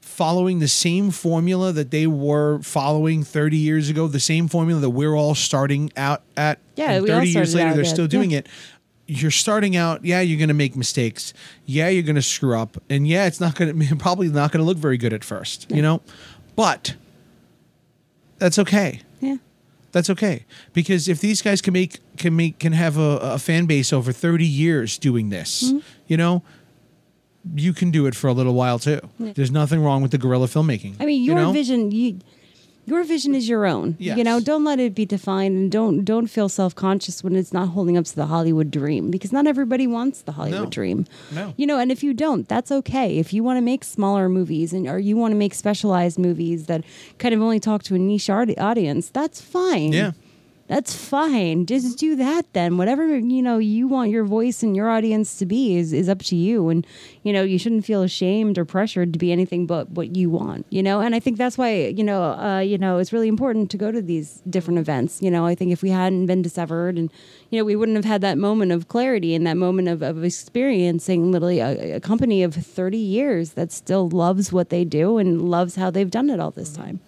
[SPEAKER 1] following the same formula that they were following 30 years ago, the same formula that we're all starting out at.
[SPEAKER 2] Yeah,
[SPEAKER 1] and
[SPEAKER 2] we all
[SPEAKER 1] 30 years
[SPEAKER 2] started
[SPEAKER 1] later,
[SPEAKER 2] out
[SPEAKER 1] they're
[SPEAKER 2] at-
[SPEAKER 1] still doing
[SPEAKER 2] yeah.
[SPEAKER 1] it. You're starting out, yeah, you're going to make mistakes. Yeah, you're going to screw up. And yeah, it's not going to, probably not going to look very good at first, you know? But that's okay.
[SPEAKER 2] Yeah.
[SPEAKER 1] That's okay because if these guys can make can make can have a, a fan base over thirty years doing this,
[SPEAKER 2] Hmm?
[SPEAKER 1] you know, you can do it for a little while too. There's nothing wrong with the guerrilla filmmaking.
[SPEAKER 2] I mean,
[SPEAKER 1] you
[SPEAKER 2] your
[SPEAKER 1] know?
[SPEAKER 2] vision, you, your vision is your own. You know,
[SPEAKER 1] Yes.
[SPEAKER 2] don't let it be defined, and don't don't feel self conscious when it's not holding up to the Hollywood dream, because not everybody wants the Hollywood
[SPEAKER 1] No.
[SPEAKER 2] dream.
[SPEAKER 1] No.
[SPEAKER 2] You know, and if you don't, that's okay. If you want to make smaller movies, and or you want to make specialized movies that kind of only talk to a niche audi- audience, that's fine.
[SPEAKER 1] Yeah.
[SPEAKER 2] That's fine. Just do that then. Whatever you know you want your voice and your audience to be is, is up to you. And you know, you shouldn't feel ashamed or pressured to be anything but what you want. You know, and I think that's why, you know, uh, you know, it's really important to go to these different events. You know, I think if we hadn't been dissevered and you know, we wouldn't have had that moment of clarity and that moment of, of experiencing literally a, a company of thirty years that still loves what they do and loves how they've done it all this time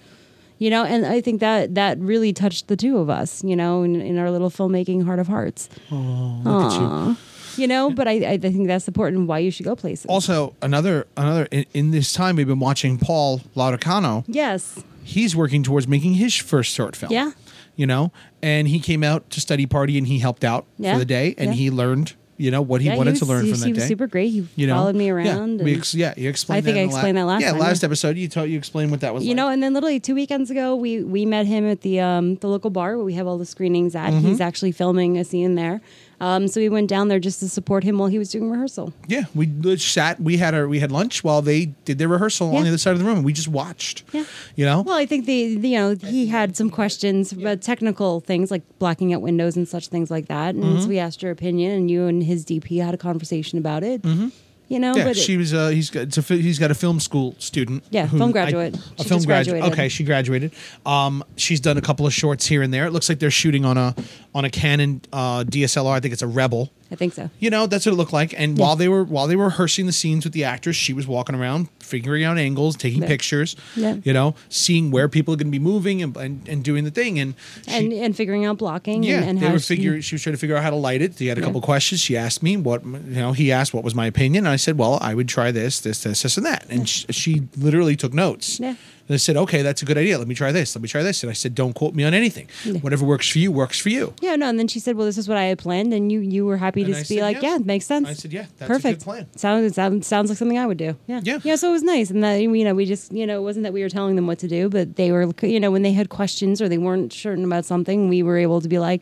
[SPEAKER 2] you know and i think that that really touched the two of us you know in, in our little filmmaking heart of hearts
[SPEAKER 1] Look at you.
[SPEAKER 2] Aw. you know but I, I think that's important why you should go places
[SPEAKER 1] Also, another another in, in this time we've been watching Paul Laudicano.
[SPEAKER 2] yes
[SPEAKER 1] He's working towards making his first short film.
[SPEAKER 2] Yeah.
[SPEAKER 1] you know, and he came out to study party and he helped out
[SPEAKER 2] Yeah.
[SPEAKER 1] for the day and
[SPEAKER 2] Yeah.
[SPEAKER 1] he learned you know what he
[SPEAKER 2] Yeah,
[SPEAKER 1] wanted
[SPEAKER 2] was-
[SPEAKER 1] to learn
[SPEAKER 2] he,
[SPEAKER 1] from that
[SPEAKER 2] he
[SPEAKER 1] day.
[SPEAKER 2] was super great he
[SPEAKER 1] you know,
[SPEAKER 2] followed me
[SPEAKER 1] Yeah,
[SPEAKER 2] around
[SPEAKER 1] we
[SPEAKER 2] and-
[SPEAKER 1] ex- yeah, you explained.
[SPEAKER 2] I
[SPEAKER 1] that
[SPEAKER 2] think
[SPEAKER 1] in
[SPEAKER 2] I
[SPEAKER 1] the la-
[SPEAKER 2] explained that last
[SPEAKER 1] Yeah,
[SPEAKER 2] time,
[SPEAKER 1] last
[SPEAKER 2] yeah.
[SPEAKER 1] episode you told you explained what that was.
[SPEAKER 2] you know
[SPEAKER 1] like.
[SPEAKER 2] and then literally two weekends ago we we met him at the um the local bar where we have all the screenings at
[SPEAKER 1] Mm-hmm.
[SPEAKER 2] he's actually filming a scene there um so we went down there just to support him while he was doing rehearsal
[SPEAKER 1] yeah, we lit- sat. We had our we had lunch while they did their rehearsal on
[SPEAKER 2] Yeah.
[SPEAKER 1] the other side of the room. and We just watched.
[SPEAKER 2] Yeah.
[SPEAKER 1] you know.
[SPEAKER 2] Well, I think the, the- you know he had some questions about technical things like blocking out windows and such things like that,
[SPEAKER 1] Mm-hmm.
[SPEAKER 2] and so we asked your opinion, and you and his DP had a conversation about it. You know,
[SPEAKER 1] Mm-hmm. yeah,
[SPEAKER 2] but
[SPEAKER 1] she was. Uh, he's got. It's a, fi- he's got a film school student.
[SPEAKER 2] Yeah, film graduate.
[SPEAKER 1] A
[SPEAKER 2] She
[SPEAKER 1] film
[SPEAKER 2] just
[SPEAKER 1] graduate.
[SPEAKER 2] graduated.
[SPEAKER 1] Okay, she graduated. Um, she's done a couple of shorts here and there. It looks like they're shooting on a on a Canon uh, DSLR. I think it's a Rebel.
[SPEAKER 2] I think so.
[SPEAKER 1] you know that's what it looked like and while they were while they were rehearsing the scenes with the actress she was walking around figuring out angles taking
[SPEAKER 2] Yeah.
[SPEAKER 1] pictures
[SPEAKER 2] Yeah.
[SPEAKER 1] you know seeing where people are going to be moving and, and, and doing the thing and she,
[SPEAKER 2] and and figuring out blocking.
[SPEAKER 1] yeah
[SPEAKER 2] and, and
[SPEAKER 1] they
[SPEAKER 2] how
[SPEAKER 1] were
[SPEAKER 2] she-
[SPEAKER 1] figuring she was trying to figure out how to light it he had a
[SPEAKER 2] Yeah.
[SPEAKER 1] couple questions she asked me what you know he asked what was my opinion and i said well i would try this this this this and that and sh she, literally took notes
[SPEAKER 2] Yeah.
[SPEAKER 1] and i said okay that's a good idea let me try this let me try this and i said don't quote me on anything whatever works for you works for you
[SPEAKER 2] Yeah, no, and then she said, "Well, this is what I had planned," and you you were happy
[SPEAKER 1] And
[SPEAKER 2] to
[SPEAKER 1] I
[SPEAKER 2] just be
[SPEAKER 1] said,
[SPEAKER 2] like,
[SPEAKER 1] "Yeah."
[SPEAKER 2] "Yeah, it makes sense."
[SPEAKER 1] I said, "Yeah, that's a good
[SPEAKER 2] perfect
[SPEAKER 1] plan."
[SPEAKER 2] Sounds sounds sounds like something I would do. Yeah,
[SPEAKER 1] Yeah.
[SPEAKER 2] yeah. So it was nice, and that you know we just you know it wasn't that we were telling them what to do, but they were you know when they had questions or they weren't certain about something, we were able to be like,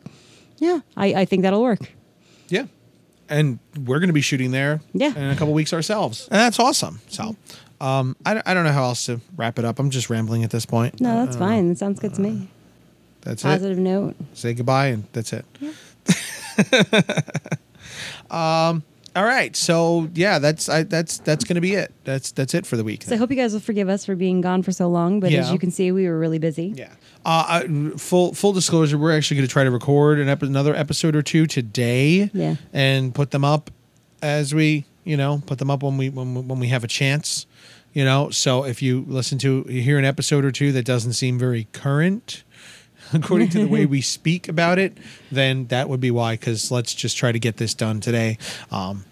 [SPEAKER 2] "Yeah, I, I think that'll work."
[SPEAKER 1] Yeah. And we're going to be shooting there
[SPEAKER 2] Yeah.
[SPEAKER 1] in a couple weeks ourselves. And that's awesome. So um, I, I don't know how else to wrap it up. I'm just rambling at this point.
[SPEAKER 2] No, that's fine. That sounds good to
[SPEAKER 1] Uh-huh.
[SPEAKER 2] me.
[SPEAKER 1] That's
[SPEAKER 2] Positive note.
[SPEAKER 1] it. Say goodbye and that's it. um, All right. So yeah, that's I, that's that's going to be it. That's that's it for the week.
[SPEAKER 2] So I hope you guys will forgive us for being gone for so long, but as
[SPEAKER 1] Yeah.
[SPEAKER 2] you can see, we were really busy.
[SPEAKER 1] yeah. Uh, I, full full disclosure, we're actually going to try to record an ep- another episode or two today.
[SPEAKER 2] Yeah.
[SPEAKER 1] And put them up as we you know put them up when we when we- when we have a chance. You know. So if you listen to you hear an episode or two that doesn't seem very current. According to the way we speak about it, then that would be why. Because let's just try to get this done today. Um,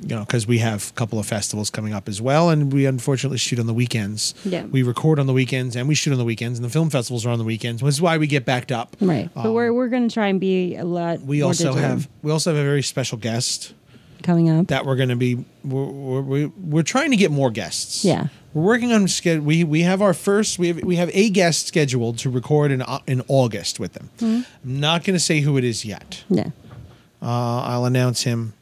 [SPEAKER 1] you know, because we have a couple of festivals coming up as well, and we unfortunately shoot on the weekends.
[SPEAKER 2] Yeah.
[SPEAKER 1] we record on the weekends and we shoot on the weekends, and the film festivals are on the weekends, which is why we get backed up.
[SPEAKER 2] Right. but
[SPEAKER 1] Um,
[SPEAKER 2] we're we're going to try and be a lot.
[SPEAKER 1] we
[SPEAKER 2] more
[SPEAKER 1] also
[SPEAKER 2] digital
[SPEAKER 1] have we also have a very special guest
[SPEAKER 2] coming up.
[SPEAKER 1] that we're going to be we're, we're- we're we're trying to get more guests.
[SPEAKER 2] Yeah.
[SPEAKER 1] we're working on schedule. We we have our first we have we have a guest scheduled to record in Au- in August with them. I'm not going to say who it is yet.
[SPEAKER 2] yeah.
[SPEAKER 1] Uh, I'll announce him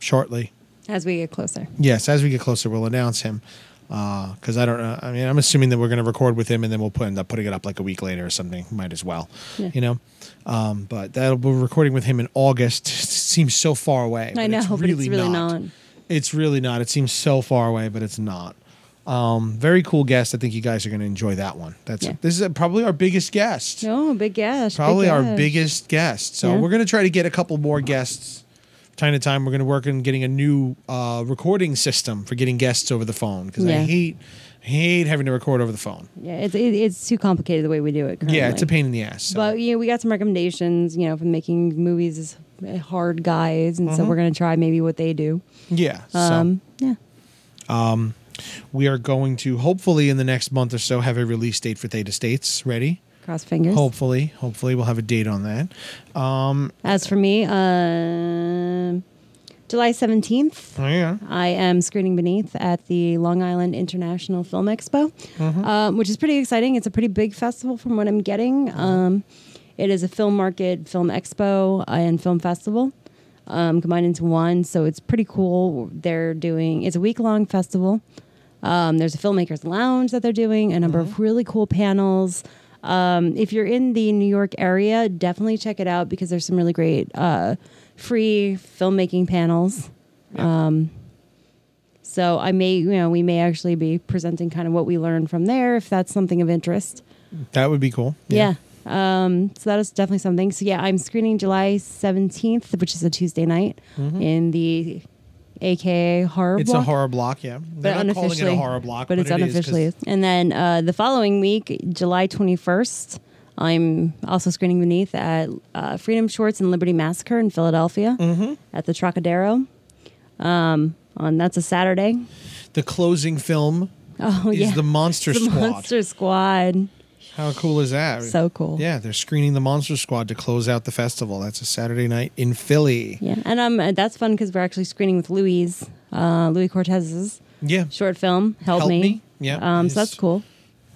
[SPEAKER 1] shortly.
[SPEAKER 2] As we get closer.
[SPEAKER 1] Yes, as we get closer, we'll announce him. Because I don't know. I mean, I'm assuming that we're going to record with him, and then we'll put end up putting it up like a week later or something. Might as well,
[SPEAKER 2] Yeah.
[SPEAKER 1] you know. Um, but that'll be recording with him in August. seems so far away. but
[SPEAKER 2] know, but it's really not.
[SPEAKER 1] It's really not. It seems so far away, but it's not. Um, very cool guest. I think you guys are going to enjoy that one. That's
[SPEAKER 2] Yeah.
[SPEAKER 1] this is probably our biggest guest.
[SPEAKER 2] No, big guess.
[SPEAKER 1] Probably our
[SPEAKER 2] guess.
[SPEAKER 1] biggest guest. So
[SPEAKER 2] Yeah.
[SPEAKER 1] we're going to try to get a couple more guests. Time to time, we're going to work on getting a new uh, recording system for getting guests over the phone because I
[SPEAKER 2] Yeah.
[SPEAKER 1] hate hate having to record over the phone.
[SPEAKER 2] Yeah, it's it, it's too complicated the way we do it. Currently.
[SPEAKER 1] Yeah, it's a pain in the ass. so.
[SPEAKER 2] But you know, we got some recommendations. You know, from making movies is hard guys, and
[SPEAKER 1] Mm-hmm.
[SPEAKER 2] so we're going to try maybe what they do.
[SPEAKER 1] yeah,
[SPEAKER 2] Um, yeah.
[SPEAKER 1] so we are going to hopefully in the next month or so have a release date for Theta States ready.
[SPEAKER 2] Cross fingers.
[SPEAKER 1] Hopefully, hopefully we'll have a date on that.
[SPEAKER 2] As for me, um July seventeenth.
[SPEAKER 1] Oh, yeah,
[SPEAKER 2] I am screening Beneath at the Long Island International Film Expo, um, which is pretty exciting. It's a pretty big festival from what I'm getting. Um, it is a film market, film expo, uh, and film festival um, combined into one. So it's pretty cool. They're doing, it's a week long festival. Um, there's a filmmakers lounge that they're doing, a number of really cool panels. Um, if you're in the New York area, definitely check it out because there's some really great uh, free filmmaking panels. So I may, you know, we may actually be presenting kind of what we learned from there if that's something of interest.
[SPEAKER 1] that would be cool.
[SPEAKER 2] Yeah. Um, so that is definitely something. So yeah, I'm screening July 17th, which is a Tuesday night in the AKA horror
[SPEAKER 1] Mm-hmm. It's
[SPEAKER 2] block.
[SPEAKER 1] a horror block, yeah. They're not calling it a horror block,
[SPEAKER 2] but, it's
[SPEAKER 1] it is 'cause-
[SPEAKER 2] unofficially. and then uh, the following week, July 21st, I'm also screening Beneath at uh, Freedom Shorts and Liberty Massacre in Philadelphia
[SPEAKER 1] Mm-hmm.
[SPEAKER 2] at the Trocadero. Um, on that's a Saturday.
[SPEAKER 1] the closing film
[SPEAKER 2] Oh
[SPEAKER 1] is
[SPEAKER 2] yeah,
[SPEAKER 1] the Monster
[SPEAKER 2] the
[SPEAKER 1] Squad.
[SPEAKER 2] Monster Squad.
[SPEAKER 1] How cool is that?
[SPEAKER 2] So cool.
[SPEAKER 1] Yeah, they're screening the Monster Squad to close out the festival. That's a Saturday night in Philly.
[SPEAKER 2] Yeah, and um, uh, that's fun because we're actually screening with Louise, uh, Louis Cortez's
[SPEAKER 1] Yeah.
[SPEAKER 2] short film "Help,
[SPEAKER 1] Help
[SPEAKER 2] Me."
[SPEAKER 1] Me, yeah,
[SPEAKER 2] um,
[SPEAKER 1] his-
[SPEAKER 2] so that's cool.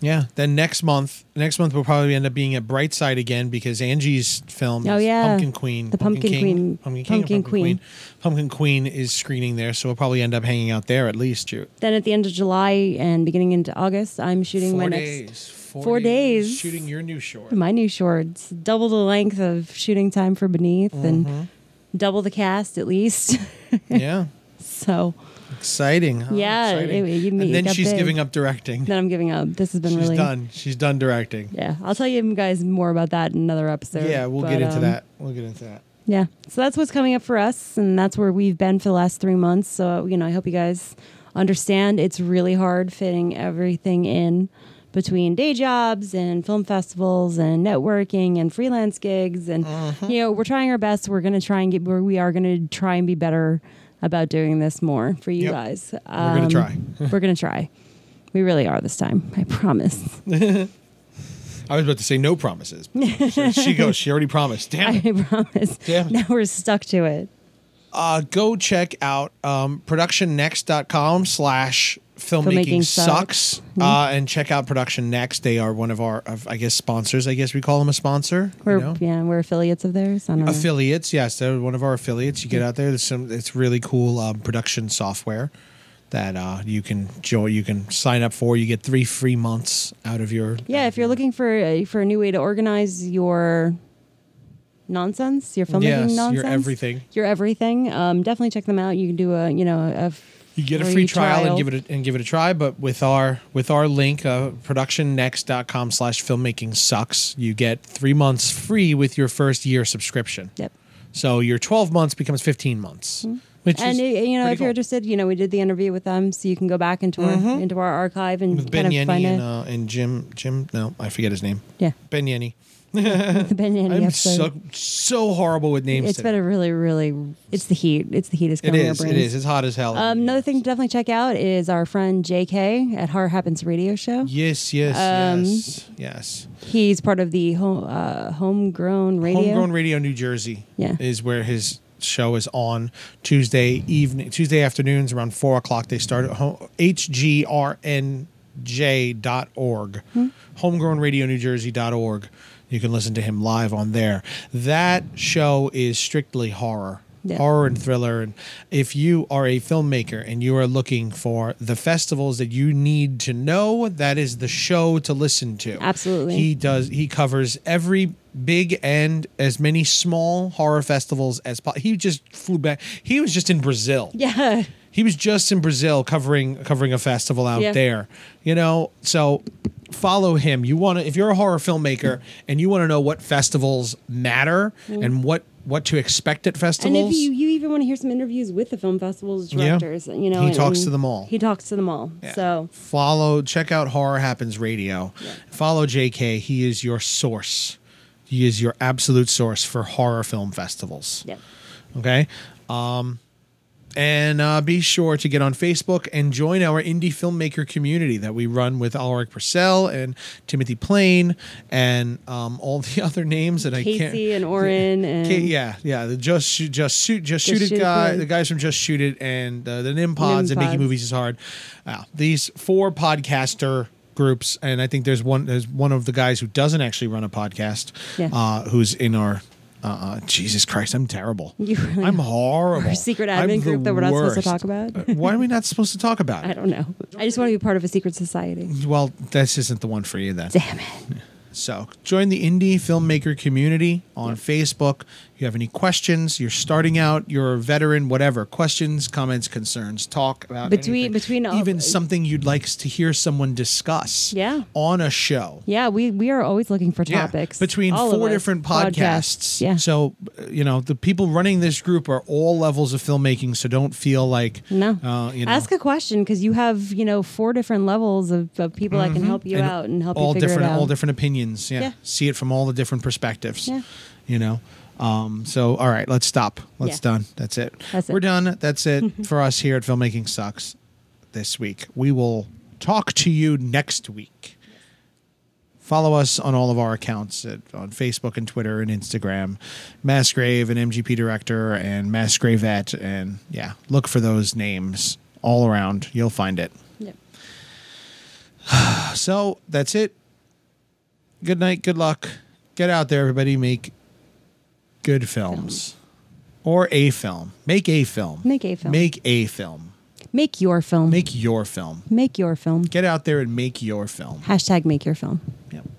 [SPEAKER 1] Yeah. Then next month, next month we'll probably end up being at Brightside again because Angie's film,
[SPEAKER 2] Oh,
[SPEAKER 1] is
[SPEAKER 2] yeah.
[SPEAKER 1] Pumpkin Queen,
[SPEAKER 2] The Pumpkin
[SPEAKER 1] King,
[SPEAKER 2] Queen-
[SPEAKER 1] Pumpkin, King or
[SPEAKER 2] Pumpkin
[SPEAKER 1] Pumpkin Queen. Pumpkin Queen is screening there, so we'll probably end up hanging out there at least. Ju-
[SPEAKER 2] Then at the end of July and beginning into August, I'm shooting my next
[SPEAKER 1] Four,
[SPEAKER 2] four days.
[SPEAKER 1] Shooting your new short.
[SPEAKER 2] my new shorts, double the length of shooting time for Beneath, and
[SPEAKER 1] Mm-hmm.
[SPEAKER 2] double the cast at least.
[SPEAKER 1] yeah.
[SPEAKER 2] so
[SPEAKER 1] Exciting. Huh?
[SPEAKER 2] Yeah,
[SPEAKER 1] Oh, Exciting.
[SPEAKER 2] it- you-
[SPEAKER 1] and
[SPEAKER 2] you
[SPEAKER 1] then
[SPEAKER 2] got
[SPEAKER 1] she's
[SPEAKER 2] big.
[SPEAKER 1] giving up directing.
[SPEAKER 2] then I'm giving up. This has been
[SPEAKER 1] she's
[SPEAKER 2] really
[SPEAKER 1] done. She's done directing.
[SPEAKER 2] Yeah, I'll tell you guys more about that in another episode.
[SPEAKER 1] Yeah, we'll
[SPEAKER 2] but,
[SPEAKER 1] get into
[SPEAKER 2] um,
[SPEAKER 1] that. We'll get into that.
[SPEAKER 2] Yeah. So that's what's coming up for us. And that's where we've been for the last three months. So, you know, I hope you guys understand it's really hard fitting everything in between day jobs and film festivals and networking and freelance gigs. And,
[SPEAKER 1] Mm-hmm.
[SPEAKER 2] you know, we're trying our best. We're going to try and get where we are going to try and be better about doing this more for you
[SPEAKER 1] Yep.
[SPEAKER 2] guys. Uh,
[SPEAKER 1] gonna try.
[SPEAKER 2] we're going to try. We really are this time. I promise.
[SPEAKER 1] I was about to say no promises. but she- she goes. She already promised. Damn. It.
[SPEAKER 2] I promise.
[SPEAKER 1] Damn it.
[SPEAKER 2] Now we're stuck to it.
[SPEAKER 1] Uh, go check out um, productionnext.com slash filmmaking
[SPEAKER 2] Filmmaking
[SPEAKER 1] sucks,
[SPEAKER 2] sucks. Mm-hmm.
[SPEAKER 1] uh, and check out production next. They are one of our, of, I guess, sponsors. I guess we call them a sponsor. you
[SPEAKER 2] We're,
[SPEAKER 1] know?
[SPEAKER 2] yeah, we're affiliates of theirs. I don't know.
[SPEAKER 1] affiliates. Yes, they're one of our affiliates. You get out there. There's some. It's really cool um, production software that uh, you can join. You can sign up for. You get three free months out of your.
[SPEAKER 2] Yeah, if you're looking for a, for a new way to organize your nonsense, your filmmaking
[SPEAKER 1] Yes, your
[SPEAKER 2] nonsense,
[SPEAKER 1] everything.
[SPEAKER 2] your everything. Um, definitely check them out. You can do a you know a
[SPEAKER 1] You get a free trial, and give it a, and give it a try. But with our with our link, uh, productionnext.com slash filmmaking sucks, you get three months free with your first year subscription.
[SPEAKER 2] Yep.
[SPEAKER 1] So your twelve months becomes fifteen months, which
[SPEAKER 2] And
[SPEAKER 1] is
[SPEAKER 2] uh, you
[SPEAKER 1] pretty cool.
[SPEAKER 2] know, if you're
[SPEAKER 1] Mm-hmm.
[SPEAKER 2] interested, you know, we did the interview with them, so you can go back into our into our archive and
[SPEAKER 1] with
[SPEAKER 2] kind
[SPEAKER 1] Ben
[SPEAKER 2] of
[SPEAKER 1] Yenny
[SPEAKER 2] find
[SPEAKER 1] and,
[SPEAKER 2] it.
[SPEAKER 1] uh, and Jim Jim no I forget his name
[SPEAKER 2] yeah,
[SPEAKER 1] Ben Yenny.
[SPEAKER 2] the Ben Yanni
[SPEAKER 1] I'm
[SPEAKER 2] episode.
[SPEAKER 1] so so horrible with names.
[SPEAKER 2] It's
[SPEAKER 1] today.
[SPEAKER 2] been a really, really. It's the heat. It's the heat. It's
[SPEAKER 1] It
[SPEAKER 2] killing our
[SPEAKER 1] is.
[SPEAKER 2] brains.
[SPEAKER 1] It is. It's hot as hell.
[SPEAKER 2] Um, another thing to definitely check out is our friend JK at Horror Happens Radio Show.
[SPEAKER 1] Yes. Yes.
[SPEAKER 2] Um,
[SPEAKER 1] yes. Yes.
[SPEAKER 2] He's part of the home, uh, homegrown radio.
[SPEAKER 1] Homegrown Radio New Jersey.
[SPEAKER 2] Yeah.
[SPEAKER 1] Is where his show is on Tuesday evening, Tuesday afternoons around four o'clock. They start at home, hgrnj.org,
[SPEAKER 2] Hmm.
[SPEAKER 1] homegrownradionewjersey.org. You can listen to him live on there. That show is strictly horror.
[SPEAKER 2] Yeah.
[SPEAKER 1] Horror and thriller. And if you are a filmmaker and you are looking for the festivals that you need to know, that is the show to listen to.
[SPEAKER 2] Absolutely.
[SPEAKER 1] He does. He covers every big and as many small horror festivals as possible. He just flew back. He was just in Brazil.
[SPEAKER 2] Yeah.
[SPEAKER 1] He was just in Brazil covering covering a festival out
[SPEAKER 2] Yeah.
[SPEAKER 1] there. You know, so follow him. You want to if you're a horror filmmaker and you want to know what festivals matter and what what to expect at
[SPEAKER 2] Mm. And
[SPEAKER 1] festivals.
[SPEAKER 2] if you, you even want to hear some interviews with the film festival's
[SPEAKER 1] Yeah.
[SPEAKER 2] directors, you know,
[SPEAKER 1] He
[SPEAKER 2] and-
[SPEAKER 1] talks
[SPEAKER 2] and
[SPEAKER 1] to them all.
[SPEAKER 2] He talks to them all.
[SPEAKER 1] Yeah.
[SPEAKER 2] So
[SPEAKER 1] follow, check out Horror Happens Radio. Follow JK. He is your source. He is your absolute source for horror film festivals.
[SPEAKER 2] yeah.
[SPEAKER 1] Okay. Um, and uh, be sure to get on Facebook and join our indie filmmaker community that we run with Alric Purcell and Timothy Plain and um, all the other names that I can't.
[SPEAKER 2] Casey and Oren and
[SPEAKER 1] Ca- yeah, yeah. The just shoot, just shoot, just, shoot,
[SPEAKER 2] Shoot
[SPEAKER 1] it
[SPEAKER 2] It
[SPEAKER 1] guy.
[SPEAKER 2] Guy.
[SPEAKER 1] The guys from Just Shoot It and uh, the Nim Pods and Making
[SPEAKER 2] Nimpods.
[SPEAKER 1] Movies is Hard. Uh, these four podcaster groups, and I think there's one. There's one of the guys who doesn't actually run a podcast,
[SPEAKER 2] Yeah.
[SPEAKER 1] uh, who's in our. Uh, uh, Jesus Christ, I'm terrible.
[SPEAKER 2] You really
[SPEAKER 1] I'm horrible.
[SPEAKER 2] Our secret
[SPEAKER 1] I'm
[SPEAKER 2] admin
[SPEAKER 1] the
[SPEAKER 2] group that we're not supposed to
[SPEAKER 1] worst.
[SPEAKER 2] talk about.
[SPEAKER 1] Uh, Why are we not supposed to talk about
[SPEAKER 2] I
[SPEAKER 1] it?
[SPEAKER 2] don't know. I just want to be part of a secret society.
[SPEAKER 1] Well, this isn't the one for you then.
[SPEAKER 2] Damn it.
[SPEAKER 1] So join the indie filmmaker community on Facebook. You have any questions? You're starting out. You're a veteran. Whatever questions, comments, concerns. Talk about
[SPEAKER 2] Between-
[SPEAKER 1] anything.
[SPEAKER 2] between all-
[SPEAKER 1] even something you'd like to hear someone discuss.
[SPEAKER 2] Yeah.
[SPEAKER 1] on a show.
[SPEAKER 2] Yeah, we, we are always looking for
[SPEAKER 1] Yeah,
[SPEAKER 2] topics.
[SPEAKER 1] between
[SPEAKER 2] All of
[SPEAKER 1] four
[SPEAKER 2] us.
[SPEAKER 1] different podcasts.
[SPEAKER 2] Yeah.
[SPEAKER 1] So, uh, you know, the people running this group are all levels of filmmaking. So don't feel like
[SPEAKER 2] No.
[SPEAKER 1] uh, you know,
[SPEAKER 2] Ask a question because you have, you know, four different levels of, of people that can help you out and help
[SPEAKER 1] Mm-hmm. all
[SPEAKER 2] you figure
[SPEAKER 1] different
[SPEAKER 2] it out.
[SPEAKER 1] all different opinions yeah.
[SPEAKER 2] Yeah.
[SPEAKER 1] see it from all the different perspectives
[SPEAKER 2] Yeah.
[SPEAKER 1] you know um, so all right let's stop let's
[SPEAKER 2] Yeah.
[SPEAKER 1] done that's it
[SPEAKER 2] That's it.
[SPEAKER 1] we're done that's it for us here at filmmaking sucks this week we will talk to you next week follow us on all of our accounts at, on facebook and twitter and instagram massgrave and mgp director and massgravette and yeah look for those names all around you'll find it
[SPEAKER 2] Yep.
[SPEAKER 1] so that's it. Good night. Good luck. Get out there, everybody. Make good films. Or a film. Make a film.
[SPEAKER 2] Make a film.
[SPEAKER 1] Make a film.
[SPEAKER 2] Make your film.
[SPEAKER 1] Make your film.
[SPEAKER 2] Make your film.
[SPEAKER 1] Get out there and make your film.
[SPEAKER 2] Hashtag make your film.
[SPEAKER 1] Yep.